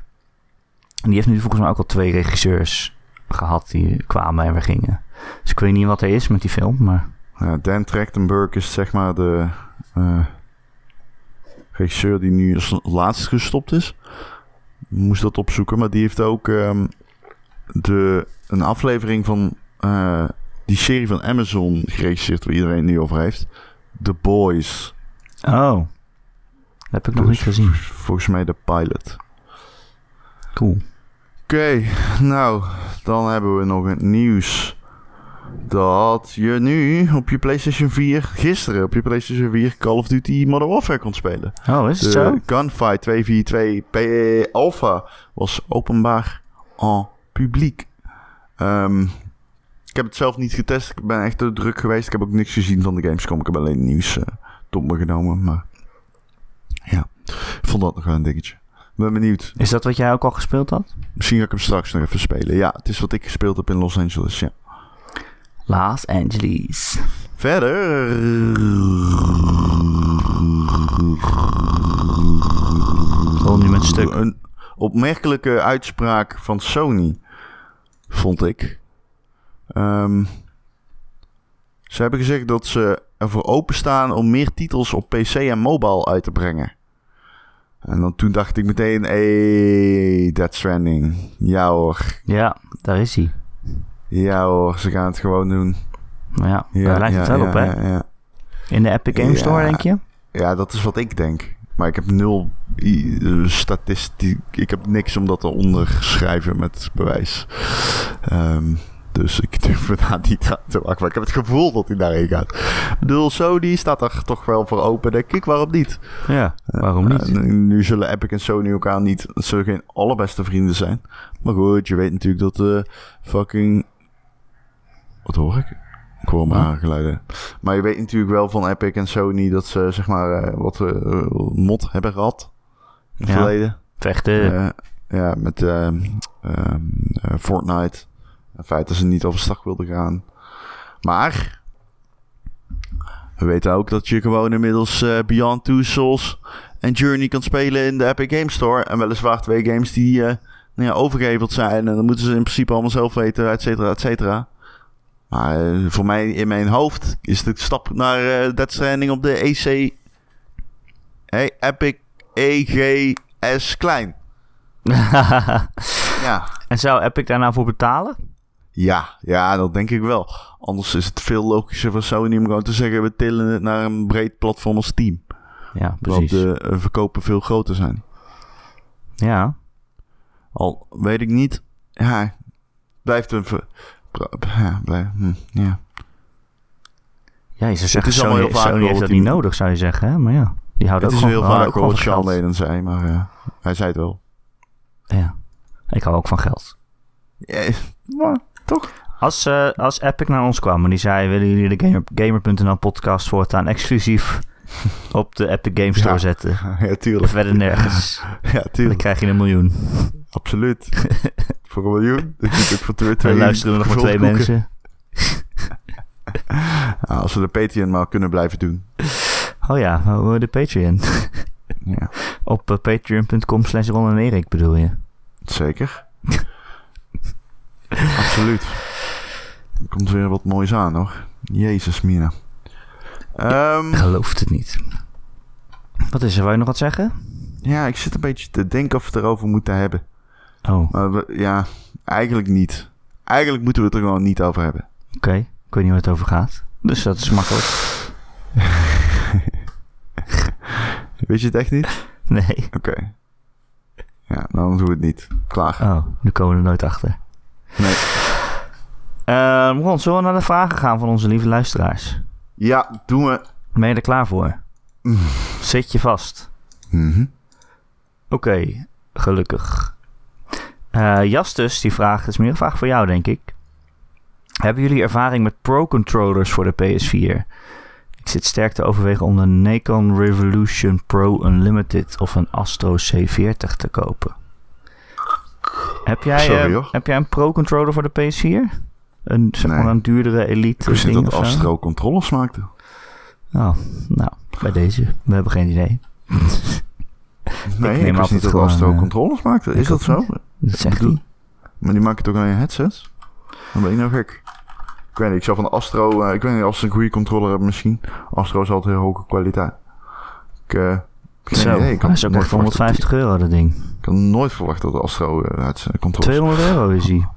[SPEAKER 1] En die heeft nu volgens mij ook al twee regisseurs gehad die kwamen en weer gingen. Dus ik weet niet wat er is met die film, maar...
[SPEAKER 2] ja, Dan Trachtenberg is zeg maar de eh, regisseur die nu als laatst gestopt is. Moest dat opzoeken, maar die heeft ook ehm, de, een aflevering van eh, die serie van Amazon geregisseerd, waar iedereen het nu over heeft. The Boys.
[SPEAKER 1] Oh, dat heb ik nog
[SPEAKER 2] Dus
[SPEAKER 1] niet gezien.
[SPEAKER 2] v- Volgens mij de pilot.
[SPEAKER 1] Cool.
[SPEAKER 2] Oké, nou, dan hebben we nog het nieuws. Dat je nu op je PlayStation 4, gisteren op je PlayStation 4, Call of Duty Modern Warfare kon spelen.
[SPEAKER 1] Oh, is het zo?
[SPEAKER 2] De Gunfight 242 PE Alpha was openbaar en publiek. Ehm, ik heb het zelf niet getest, ik ben echt te druk geweest. Ik heb ook niks gezien van de Gamescom, ik heb alleen nieuws eh tot me genomen. Maar ja, ik vond dat nog wel een dingetje. Ik ben benieuwd.
[SPEAKER 1] Is dat wat jij ook al gespeeld had?
[SPEAKER 2] Misschien ga ik hem straks nog even spelen. Ja, het is wat ik gespeeld heb in Los Angeles, ja.
[SPEAKER 1] Los Angeles.
[SPEAKER 2] Verder...
[SPEAKER 1] Gewoon nu met stuk.
[SPEAKER 2] Een opmerkelijke uitspraak van Sony, vond ik. Ehm, ze hebben gezegd dat ze ervoor openstaan om meer titels op PC en mobile uit te brengen. En dan toen dacht ik meteen, hey, Dead Stranding. Ja hoor,
[SPEAKER 1] Ja, daar is hij.
[SPEAKER 2] ja hoor, ze gaan het gewoon doen.
[SPEAKER 1] Nou ja,
[SPEAKER 2] Ja,
[SPEAKER 1] daar lijkt
[SPEAKER 2] ja,
[SPEAKER 1] het wel
[SPEAKER 2] ja,
[SPEAKER 1] op, hè?
[SPEAKER 2] Ja, ja.
[SPEAKER 1] In de Epic Game
[SPEAKER 2] Ja.
[SPEAKER 1] Store, denk je?
[SPEAKER 2] Ja, dat is wat ik denk. Maar ik heb nul i- eh, statistiek. Ik heb niks om dat te onderschrijven met bewijs. Ehm, dus ik durf me daar niet aan te maken. Maar ik heb het gevoel dat hij daarheen gaat. Ik bedoel, Sony staat er toch wel voor open, denk ik. Waarom niet?
[SPEAKER 1] Ja, waarom niet?
[SPEAKER 2] Ja, Eh, nu- nu zullen Epic en Sony elkaar niet... Ze zullen geen allerbeste vrienden zijn. Maar goed, je weet natuurlijk dat eh fucking... Wat hoor ik? Ik hoor maar
[SPEAKER 1] Huh?
[SPEAKER 2] geluiden. Maar je weet natuurlijk wel van Epic en Sony dat ze zeg maar eh, wat eh, mot hebben gehad. In het
[SPEAKER 1] Ja.
[SPEAKER 2] verleden.
[SPEAKER 1] Vechten.
[SPEAKER 2] Eh, ja, met ehm, ehm, eh, Fortnite. Het feit dat ze niet overstag wilden gaan. Maar we weten ook dat je gewoon inmiddels eh, Beyond Two Souls en Journey kan spelen in de Epic Game Store. En weliswaar twee games die eh, nou ja, overgeheveld zijn. En dan moeten ze in principe allemaal zelf weten, et cetera, et cetera. Maar eh, voor mij, in mijn hoofd, is de stap naar eh Death Stranding op de EC... Hey, Epic EGS klein. Ja.
[SPEAKER 1] en zou Epic daar nou voor betalen?
[SPEAKER 2] Ja, ja, dat denk ik wel. Anders is het veel logischer van Sony om gewoon te zeggen... we tillen het naar een breed platform als team.
[SPEAKER 1] Ja,
[SPEAKER 2] Want
[SPEAKER 1] precies.
[SPEAKER 2] de eh, verkopen veel groter zijn.
[SPEAKER 1] Ja.
[SPEAKER 2] Al weet ik niet... Ja, blijft een... Ver... bra- Ja, blijft, hm, ja.
[SPEAKER 1] Ja, je zou zeggen,
[SPEAKER 2] is allemaal
[SPEAKER 1] Sony,
[SPEAKER 2] heel vaak
[SPEAKER 1] Sony
[SPEAKER 2] wel
[SPEAKER 1] heeft dat
[SPEAKER 2] wat die-
[SPEAKER 1] niet nodig, zou je zeggen. Hè? Maar ja, die houden
[SPEAKER 2] Het
[SPEAKER 1] ook
[SPEAKER 2] is
[SPEAKER 1] gewoon,
[SPEAKER 2] heel
[SPEAKER 1] houden
[SPEAKER 2] vaak
[SPEAKER 1] ook gewoon
[SPEAKER 2] wat
[SPEAKER 1] van
[SPEAKER 2] Sean
[SPEAKER 1] geld.
[SPEAKER 2] Lennon zei, maar eh, hij zei het wel.
[SPEAKER 1] Ja, ik hou ook van geld.
[SPEAKER 2] Ja, maar toch?
[SPEAKER 1] Als, eh, als Epic naar ons kwam en die zei... willen jullie de Gamer- Gamer.nl podcast voortaan exclusief op de Epic Game Store
[SPEAKER 2] Ja.
[SPEAKER 1] zetten?
[SPEAKER 2] Ja, tuurlijk.
[SPEAKER 1] Verder nergens.
[SPEAKER 2] Ja,
[SPEAKER 1] Dan
[SPEAKER 2] tuurlijk.
[SPEAKER 1] krijg je een miljoen.
[SPEAKER 2] Absoluut. voor een miljoen. Dat is natuurlijk voor twee, twee
[SPEAKER 1] Dan luisteren we nog maar twee
[SPEAKER 2] gevulde koeken.
[SPEAKER 1] mensen.
[SPEAKER 2] Ja, als we de Patreon maar kunnen blijven doen.
[SPEAKER 1] Oh ja, oh, de Patreon.
[SPEAKER 2] Ja.
[SPEAKER 1] Op eh, patreon.com slash Ron en Erik bedoel je.
[SPEAKER 2] Zeker. Absoluut. Er komt weer wat moois aan hoor. Jezus, Mina. Ehm,
[SPEAKER 1] Gelooft het niet. Wat is er? Wou je nog wat zeggen?
[SPEAKER 2] Ja, ik zit een beetje te denken of we het erover moeten hebben.
[SPEAKER 1] Oh, oké.
[SPEAKER 2] Maar we- ja, eigenlijk niet. Eigenlijk moeten we het er gewoon niet over hebben.
[SPEAKER 1] Ik weet niet waar het over gaat. Dus dat is makkelijk.
[SPEAKER 2] Weet je het echt niet?
[SPEAKER 1] Nee.
[SPEAKER 2] Oké. Ja, dan doen we het niet. Klaar.
[SPEAKER 1] Oh, nu komen we er nooit achter.
[SPEAKER 2] Nee.
[SPEAKER 1] Eh, Ron, zullen we naar de vragen gaan van onze lieve luisteraars?
[SPEAKER 2] Ja, doen we.
[SPEAKER 1] Ben je er klaar voor?
[SPEAKER 2] Mm.
[SPEAKER 1] Zit je vast?
[SPEAKER 2] Mhm.
[SPEAKER 1] Oké, gelukkig. Eh, Jastus, die vraagt, het is meer een vraag voor jou, denk ik. Hebben jullie ervaring met Pro-controllers voor de PS4? Ik zit sterk te overwegen om de Nikon Revolution Pro Unlimited of een Astro C40 te kopen. Heb jij,
[SPEAKER 2] Sorry,
[SPEAKER 1] eh,
[SPEAKER 2] hoor.
[SPEAKER 1] heb jij een Pro-controller voor de PS4? Een, zeg
[SPEAKER 2] Nee.
[SPEAKER 1] maar een duurdere
[SPEAKER 2] Ik
[SPEAKER 1] Elite
[SPEAKER 2] wist niet
[SPEAKER 1] ding
[SPEAKER 2] dat
[SPEAKER 1] of zo?
[SPEAKER 2] Astro controllers maakte.
[SPEAKER 1] Oh, nou, bij deze. We hebben geen idee.
[SPEAKER 2] Nee, ik,
[SPEAKER 1] neem af
[SPEAKER 2] wist niet
[SPEAKER 1] dat
[SPEAKER 2] dat
[SPEAKER 1] gewoon,
[SPEAKER 2] Astro
[SPEAKER 1] eh,
[SPEAKER 2] controllers maakte.
[SPEAKER 1] ik
[SPEAKER 2] Is dat
[SPEAKER 1] ook
[SPEAKER 2] zo?
[SPEAKER 1] Dat zegt
[SPEAKER 2] bedoel-
[SPEAKER 1] hij.
[SPEAKER 2] Maar die maken toch alleen headsets? Dan ben je nou gek. Ik weet niet, ik zou van de Astro... eh, ik weet niet, als ze een goede controller hebben misschien. Astro is altijd heel hoge kwaliteit. Ik, eh geen
[SPEAKER 1] Zo,
[SPEAKER 2] idee. Ik
[SPEAKER 1] hij
[SPEAKER 2] had,
[SPEAKER 1] is ook
[SPEAKER 2] nooit
[SPEAKER 1] echt
[SPEAKER 2] verwacht dat,
[SPEAKER 1] 150 euro, dat ding.
[SPEAKER 2] ik had nooit verwacht dat de Astro eh, uit zijn controllers...
[SPEAKER 1] 200 euro is hij.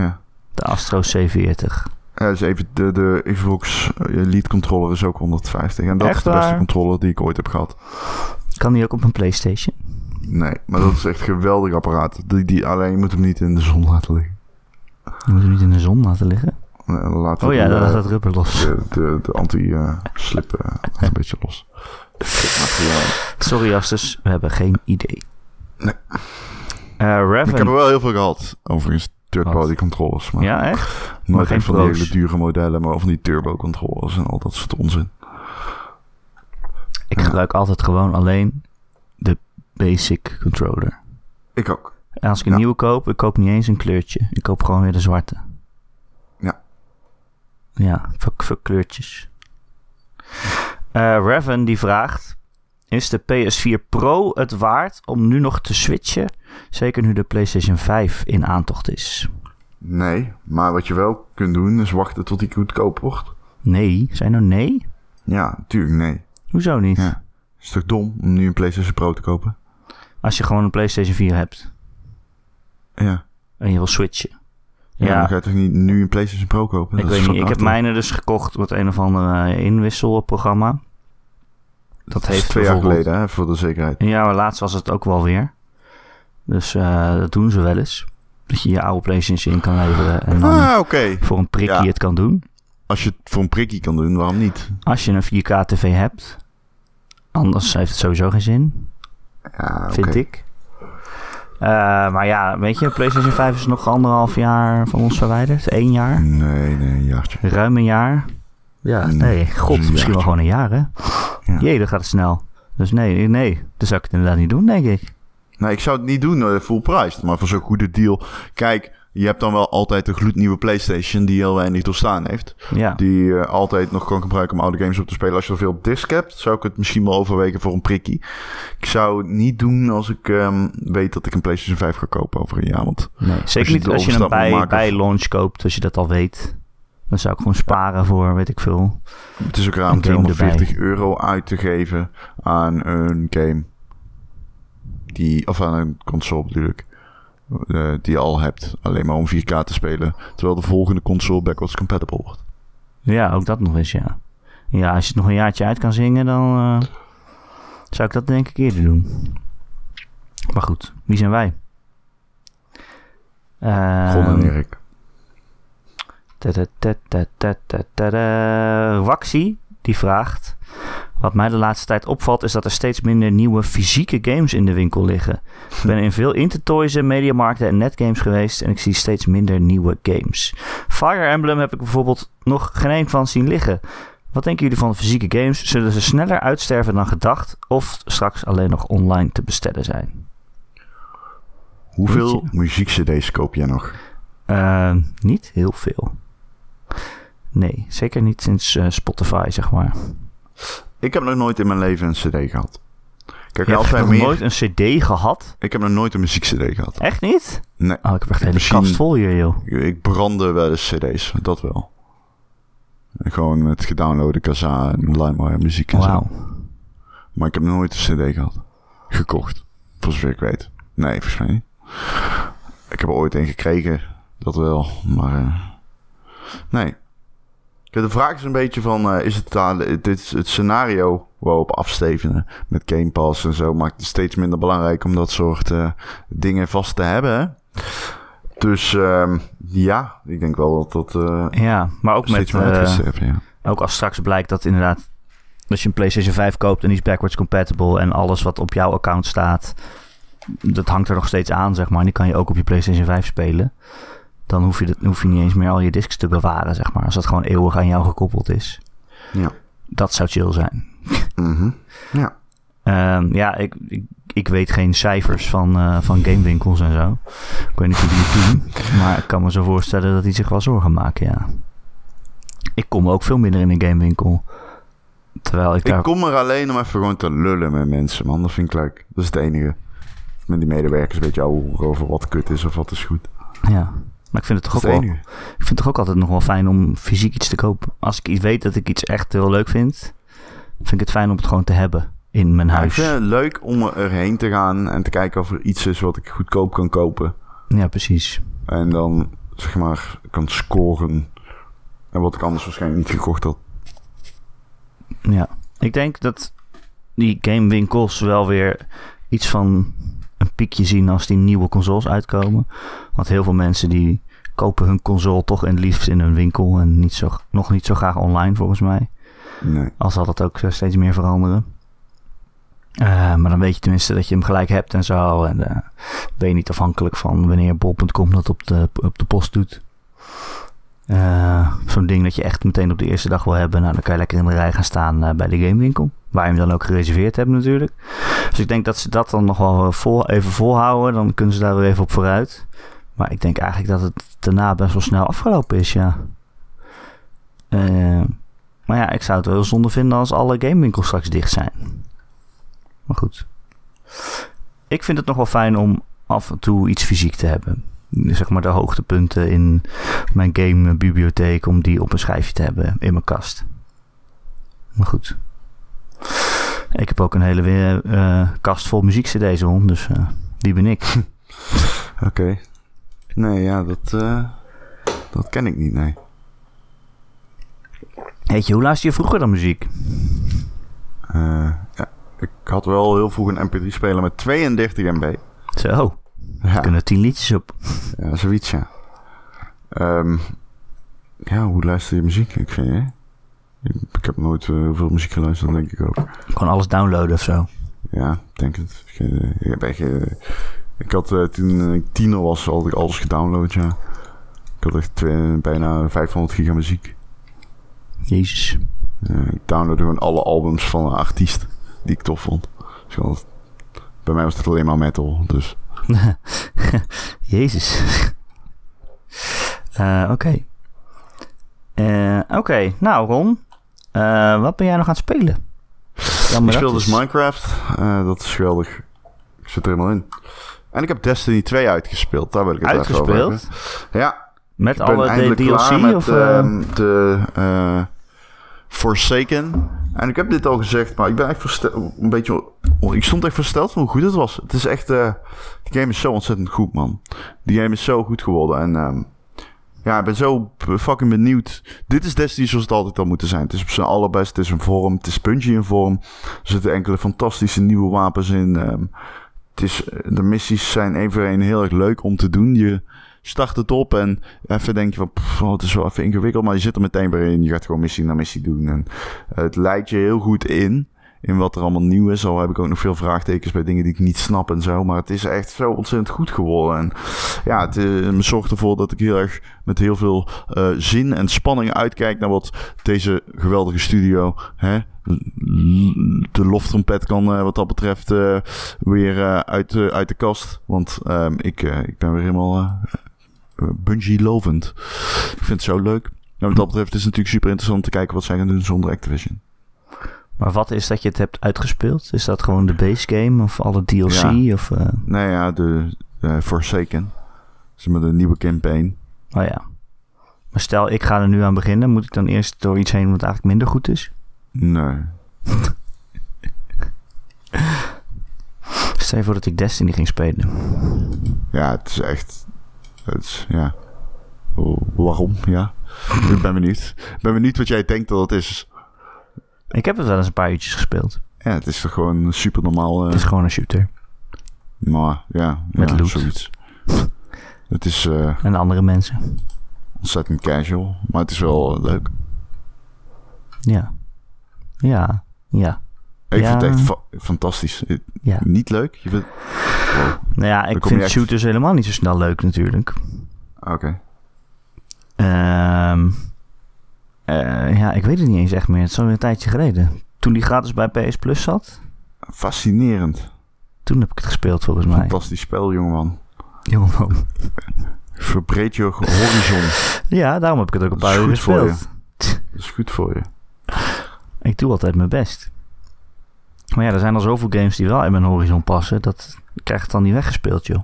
[SPEAKER 2] Ja.
[SPEAKER 1] De Astro C40.
[SPEAKER 2] Ja, dus even de, de Xbox Elite controller is ook 150. En dat
[SPEAKER 1] Echt
[SPEAKER 2] is de beste
[SPEAKER 1] waar?
[SPEAKER 2] controller die ik ooit heb gehad.
[SPEAKER 1] Kan die ook op een PlayStation?
[SPEAKER 2] Nee, maar dat is echt een geweldig apparaat. Die, die, alleen je moet hem niet in de zon laten liggen.
[SPEAKER 1] Je moet hem niet in de zon laten liggen.
[SPEAKER 2] Nee, dan laat
[SPEAKER 1] Oh ja,
[SPEAKER 2] die,
[SPEAKER 1] dan
[SPEAKER 2] eh,
[SPEAKER 1] laat dat rubber los.
[SPEAKER 2] de, de, de anti-slip eh, laat een beetje los. Slipmateriaal.
[SPEAKER 1] Sorry, Jastus, we hebben geen idee.
[SPEAKER 2] Nee.
[SPEAKER 1] Eh,
[SPEAKER 2] Ik heb er
[SPEAKER 1] Raven.
[SPEAKER 2] wel heel veel gehad, overigens. Third-party
[SPEAKER 1] Wat?
[SPEAKER 2] controllers. Maar
[SPEAKER 1] Ja, echt? maar
[SPEAKER 2] nooit
[SPEAKER 1] geen
[SPEAKER 2] echt van die
[SPEAKER 1] pro's.
[SPEAKER 2] hele dure modellen, maar of die turbo-controllers en al dat soort onzin.
[SPEAKER 1] Ik
[SPEAKER 2] Ja.
[SPEAKER 1] gebruik altijd gewoon alleen de basic controller.
[SPEAKER 2] Ik ook.
[SPEAKER 1] En als ik een
[SPEAKER 2] Ja.
[SPEAKER 1] nieuwe koop, ik koop niet eens een kleurtje. Ik koop gewoon weer de zwarte.
[SPEAKER 2] Ja.
[SPEAKER 1] Ja, voor, voor kleurtjes. Eh Raven die vraagt... Is de PS4 Pro het waard om nu nog te switchen? Zeker nu de PlayStation 5 in aantocht is.
[SPEAKER 2] Nee, maar wat je wel kunt doen, is wachten tot die goedkoop wordt.
[SPEAKER 1] Nee. Zijn nou nee?
[SPEAKER 2] Ja, natuurlijk, nee.
[SPEAKER 1] Hoezo niet?
[SPEAKER 2] Ja. Is toch dom om nu een PlayStation Pro te kopen?
[SPEAKER 1] Als je gewoon een PlayStation 4 hebt
[SPEAKER 2] Ja.
[SPEAKER 1] en je wil switchen.
[SPEAKER 2] Ja, dan ga je toch niet nu een PlayStation Pro kopen?
[SPEAKER 1] Ik
[SPEAKER 2] Dat is
[SPEAKER 1] weet niet,
[SPEAKER 2] fucking
[SPEAKER 1] ik heb
[SPEAKER 2] achterlijk.
[SPEAKER 1] mijne dus gekocht met een of andere eh, inwisselprogramma.
[SPEAKER 2] Dat is
[SPEAKER 1] heeft
[SPEAKER 2] twee jaar
[SPEAKER 1] bijvoorbeeld-
[SPEAKER 2] geleden, hè, voor de zekerheid.
[SPEAKER 1] Ja, maar laatst was het ook wel weer. Dus eh, dat doen ze wel eens. Dat je je oude PlayStation in kan leveren en dan
[SPEAKER 2] Ah, oké.
[SPEAKER 1] voor een prikkie
[SPEAKER 2] Ja.
[SPEAKER 1] het kan doen.
[SPEAKER 2] Als je het voor een prikkie kan doen, waarom niet?
[SPEAKER 1] Als je een 4K tv hebt, anders heeft het sowieso geen zin,
[SPEAKER 2] Ja,
[SPEAKER 1] vind
[SPEAKER 2] oké.
[SPEAKER 1] ik. Eh, maar ja, weet je, PlayStation 5 is nog anderhalf jaar van ons verwijderd. Eén jaar.
[SPEAKER 2] Nee, nee, een jaartje.
[SPEAKER 1] Ruim een jaar. Ja,
[SPEAKER 2] Mm,
[SPEAKER 1] nee, god,
[SPEAKER 2] een
[SPEAKER 1] misschien wel
[SPEAKER 2] jaartje.
[SPEAKER 1] gewoon een jaar, hè?
[SPEAKER 2] Ja.
[SPEAKER 1] Jee, dat gaat het snel. Dus nee, nee, dat zou ik het inderdaad niet doen, denk ik.
[SPEAKER 2] Nou, ik zou het niet doen eh, full priced, maar voor zo'n goede deal. Kijk, je hebt dan wel altijd een gloednieuwe PlayStation die heel weinig doorstaan heeft.
[SPEAKER 1] Ja,
[SPEAKER 2] Die je altijd nog kan gebruiken om oude games op te spelen. Als je er veel op disc hebt, zou ik het misschien wel overwegen voor een prikkie. Ik zou het niet doen als ik ehm, weet dat ik een PlayStation 5 ga kopen over een jaar. Want
[SPEAKER 1] nee. Zeker
[SPEAKER 2] je
[SPEAKER 1] niet
[SPEAKER 2] de
[SPEAKER 1] als je hem
[SPEAKER 2] overstap moet
[SPEAKER 1] bij,
[SPEAKER 2] maken
[SPEAKER 1] bij
[SPEAKER 2] voor-
[SPEAKER 1] launch koopt, als je dat al weet. Dan zou ik gewoon sparen voor, weet ik veel.
[SPEAKER 2] het is ook raar
[SPEAKER 1] Een
[SPEAKER 2] om
[SPEAKER 1] game erbij.
[SPEAKER 2] 240 euro uit te geven aan een game. Die, of aan een console bedoel ik. eh, die je al hebt. Alleen maar om 4K te spelen. Terwijl de volgende console backwards compatible wordt.
[SPEAKER 1] Ja, ook dat nog eens, ja. Ja, als je het nog een jaartje uit kan zingen, dan eh, zou ik dat denk ik eerder doen. Maar goed, wie zijn wij? Ehm,
[SPEAKER 2] Ron en Erik.
[SPEAKER 1] Tadadadadadadada. Waxi, die vraagt... Wat mij de laatste tijd opvalt is dat er steeds minder nieuwe fysieke games in de winkel liggen. Ik ben in veel intertoysen, mediamarkten en netgames geweest en ik zie steeds minder nieuwe games. Fire Emblem heb ik bijvoorbeeld nog geen een van zien liggen. Wat denken jullie van de fysieke games? Zullen ze sneller uitsterven dan gedacht of straks alleen nog online te bestellen zijn?
[SPEAKER 2] Hoeveel
[SPEAKER 1] Weet
[SPEAKER 2] muziekcd's koop jij nog?
[SPEAKER 1] Ehm, niet heel veel. Nee, zeker niet sinds eh, Spotify, zeg maar.
[SPEAKER 2] Ik heb nog nooit in mijn leven een cd gehad. Kijk,
[SPEAKER 1] Je hebt
[SPEAKER 2] als wij
[SPEAKER 1] nog
[SPEAKER 2] meer...
[SPEAKER 1] nooit een cd gehad?
[SPEAKER 2] Ik heb nog nooit een muziekcd gehad.
[SPEAKER 1] Echt niet?
[SPEAKER 2] Nee.
[SPEAKER 1] Oh, ik heb echt een hele
[SPEAKER 2] Misschien-
[SPEAKER 1] kast vol hier, joh.
[SPEAKER 2] Ik- Ik brandde wel eens cd's, dat wel. En Gewoon het gedownloaden, Kazaa en LimeWire muziek en zo.
[SPEAKER 1] Wauw.
[SPEAKER 2] Maar ik heb nooit een cd gehad. Gekocht. Voor zover ik weet. Nee, volgens mij niet. Ik heb er ooit een gekregen. Dat wel. Maar... eh, nee. Kijk, De vraag is een beetje van... eh, is het, daar- dit is het scenario waarop afstevenen met Game Pass en zo... maakt het steeds minder belangrijk om dat soort eh, dingen vast te hebben. hè? Dus ehm, ja, ik denk wel dat dat... eh,
[SPEAKER 1] Ja, maar ook met...
[SPEAKER 2] steeds meer
[SPEAKER 1] eh,
[SPEAKER 2] uitgestreven, ja.
[SPEAKER 1] Ook als straks blijkt dat inderdaad, als je een PlayStation 5 koopt en die is backwards compatible en alles wat op jouw account staat, dat hangt er nog steeds aan, zeg maar. En die kan je ook op je PlayStation 5 spelen. Dan hoef je, dat, hoef je niet eens meer al je discs te bewaren, zeg maar. Als dat gewoon eeuwig aan jou gekoppeld is.
[SPEAKER 2] Ja.
[SPEAKER 1] Dat zou chill zijn.
[SPEAKER 2] Mhm.
[SPEAKER 1] Ehm, ja, ik, ik, ik weet geen cijfers van, eh, van gamewinkels en zo. Ik weet niet hoe die het doen. Maar ik kan me zo voorstellen dat die zich wel zorgen maken, ja. Ik kom ook veel minder in een gamewinkel. Terwijl ik daar...
[SPEAKER 2] Ik kom er alleen om even gewoon te lullen met mensen, man. Dat vind ik leuk. Dat is het enige. Met die medewerkers een beetje ouwe over wat kut is of wat is goed.
[SPEAKER 1] Ja. Maar ik vind, het toch
[SPEAKER 2] Dat
[SPEAKER 1] ook
[SPEAKER 2] is het
[SPEAKER 1] wel, ik
[SPEAKER 2] enige.
[SPEAKER 1] vind het toch ook altijd nog wel fijn om fysiek iets te kopen. Als ik iets weet dat ik iets echt heel leuk vind, vind ik het fijn om het gewoon te hebben in mijn
[SPEAKER 2] Ja, ik
[SPEAKER 1] huis.
[SPEAKER 2] vind het leuk om erheen te gaan en te kijken of er iets is wat ik goedkoop kan kopen.
[SPEAKER 1] Ja, precies.
[SPEAKER 2] En dan, zeg maar, kan scoren. En wat ik anders waarschijnlijk niet gekocht had.
[SPEAKER 1] Ja. Ik denk dat die gamewinkels wel weer iets van een piekje zien als die nieuwe consoles uitkomen. Want heel veel mensen die kopen hun console toch en het liefst in hun winkel en niet zo, nog niet zo graag online volgens mij.
[SPEAKER 2] Nee.
[SPEAKER 1] Al zal dat ook steeds meer veranderen. Eh, maar dan weet je tenminste dat je hem gelijk hebt en zo. En eh, ben je niet afhankelijk van wanneer bol.com dat op de, op de post doet. Eh, Zo'n ding dat je echt meteen op de eerste dag wil hebben. Nou, dan kan je lekker in de rij gaan staan eh, bij de gamewinkel. Waar je hem dan ook gereserveerd hebt natuurlijk. Dus ik denk dat ze dat dan nog wel eh, vol, even volhouden. Dan kunnen ze daar weer even op vooruit. Maar ik denk eigenlijk dat het daarna best wel snel afgelopen is, ja. Eh, maar ja, ik zou het wel heel zonde vinden als alle gamewinkels straks dicht zijn. Maar goed. Ik vind het nog wel fijn om af en toe iets fysiek te hebben. Zeg maar de hoogtepunten in mijn gamebibliotheek, om die op een schijfje te hebben in mijn kast. Maar goed. Ik heb ook een hele weer, eh, kast vol muziek-cd's om, dus eh, wie ben ik?
[SPEAKER 2] Oké. Nee, ja, dat, eh, dat ken ik niet, nee.
[SPEAKER 1] Heetje, hoe luister je vroeger dan muziek?
[SPEAKER 2] Eh, ja, ik had wel heel vroeg een mp3-speler met 32 MB.
[SPEAKER 1] Zo,
[SPEAKER 2] Ja.
[SPEAKER 1] er kunnen tien liedjes op.
[SPEAKER 2] Ja, zoiets, ja. Ehm, ja, hoe luister je muziek? Ik vind, hè? Ik, ik heb nooit eh, heel veel muziek geluisterd, denk ik ook.
[SPEAKER 1] Gewoon alles downloaden of zo.
[SPEAKER 2] Ja, ik denk het. Ik, eh, ik heb echt... eh, ik had eh, toen ik tiener was, had ik alles gedownload, ja. Ik had echt twee- bijna 500 giga muziek.
[SPEAKER 1] Jezus.
[SPEAKER 2] Eh, ik downloadde gewoon alle albums van een artiest die ik tof vond. Dus ik had- bij mij was het alleen maar metal, dus...
[SPEAKER 1] Jezus. Eh, Oké. Eh, Oké, nou Ron. eh, wat ben jij nog aan het spelen? Ja, maar
[SPEAKER 2] ik speel
[SPEAKER 1] dat
[SPEAKER 2] dus
[SPEAKER 1] is-
[SPEAKER 2] Minecraft. Eh, dat is geweldig. Ik zit er helemaal in. En ik heb Destiny 2 uitgespeeld. Daar wil ik het even over hebben.
[SPEAKER 1] Uitgespeeld?
[SPEAKER 2] Ja,
[SPEAKER 1] Met
[SPEAKER 2] ik ben
[SPEAKER 1] alle de
[SPEAKER 2] eindelijk
[SPEAKER 1] DLC?
[SPEAKER 2] klaar met
[SPEAKER 1] of, eh,
[SPEAKER 2] ehm, de eh, Forsaken. En ik heb dit al gezegd, maar ik ben echt versteld, een beetje... on- Ik stond echt versteld van hoe goed het was. Het is echt... eh, die game is zo ontzettend goed, man. Die game is zo goed geworden. En ehm, ja, ik ben zo b- fucking benieuwd. Dit is Destiny zoals het altijd al moeten zijn. Het is op zijn allerbest. Het is een vorm. Het is puntje in vorm. Er zitten enkele fantastische nieuwe wapens in. ehm, het is, eh, de missies zijn één voor één heel erg leuk om te doen. Je start het op en even denk je van... pff, oh, het is wel even ingewikkeld, maar je zit er meteen weer in. Je gaat gewoon missie na missie doen. En het leidt je heel goed in. In wat er allemaal nieuw is. Al heb ik ook nog veel vraagtekens bij dingen die ik niet snap en zo. Maar het is echt zo ontzettend goed geworden. En ja, het eh, zorgt ervoor dat ik heel erg met heel veel eh, zin en spanning uitkijk naar wat deze geweldige studio. Hè? De loftrompet kan eh, wat dat betreft eh, weer eh, uit, de- uit de kast. Want ehm, ik, eh, ik ben weer helemaal eh bungee lovend. Ik vind het zo leuk. En wat dat betreft is het natuurlijk super interessant om te kijken wat zij gaan doen zonder Activision.
[SPEAKER 1] Maar wat is dat je het hebt uitgespeeld? Is dat gewoon de base game of alle DLC?
[SPEAKER 2] Ja.
[SPEAKER 1] Of, eh,
[SPEAKER 2] Nou ja, de eh, Forsaken. Ze met een nieuwe campaign.
[SPEAKER 1] oh ja. Maar stel, ik ga er nu aan beginnen. Moet ik dan eerst door iets heen wat eigenlijk minder goed is?
[SPEAKER 2] Nee.
[SPEAKER 1] Stel je voor dat ik Destiny ging spelen.
[SPEAKER 2] Ja, het is echt... Het is, ja. Oh, waarom? Ja. ik ben benieuwd. Ik ben benieuwd wat jij denkt dat het is.
[SPEAKER 1] Ik heb het wel eens een paar uurtjes gespeeld.
[SPEAKER 2] Ja, het is toch gewoon super normaal. eh.
[SPEAKER 1] Het is gewoon een shooter.
[SPEAKER 2] maar ja,
[SPEAKER 1] Met
[SPEAKER 2] ja
[SPEAKER 1] loot.
[SPEAKER 2] zoiets. Het is eh,
[SPEAKER 1] En andere mensen.
[SPEAKER 2] ontzettend casual, maar het is wel eh, leuk.
[SPEAKER 1] Ja. Ja. Ja.
[SPEAKER 2] Ik
[SPEAKER 1] Ja.
[SPEAKER 2] vind het echt fa- fantastisch. Eh,
[SPEAKER 1] Ja.
[SPEAKER 2] Niet leuk? Je vindt... Wow.
[SPEAKER 1] Nou ja,
[SPEAKER 2] Dan
[SPEAKER 1] ik
[SPEAKER 2] kom
[SPEAKER 1] vind
[SPEAKER 2] je echt-
[SPEAKER 1] shooters helemaal niet zo snel leuk natuurlijk.
[SPEAKER 2] Oké.
[SPEAKER 1] Ehm, eh, ja, ik weet het niet eens echt meer. Het is alweer een tijdje geleden. Toen die gratis bij PS Plus zat,
[SPEAKER 2] Fascinerend.
[SPEAKER 1] toen heb ik het gespeeld volgens mij.
[SPEAKER 2] Fantastisch spel, jongeman.
[SPEAKER 1] Jongeman.
[SPEAKER 2] Verbreed je horizon.
[SPEAKER 1] Ja, daarom heb ik het ook een
[SPEAKER 2] Dat is
[SPEAKER 1] paar uur
[SPEAKER 2] goed voor
[SPEAKER 1] gespeeld.
[SPEAKER 2] Dat is goed voor je.
[SPEAKER 1] Ik doe altijd mijn best. Maar ja, er zijn al zoveel games die wel in mijn horizon passen. Dat ik krijg het dan niet weggespeeld, joh.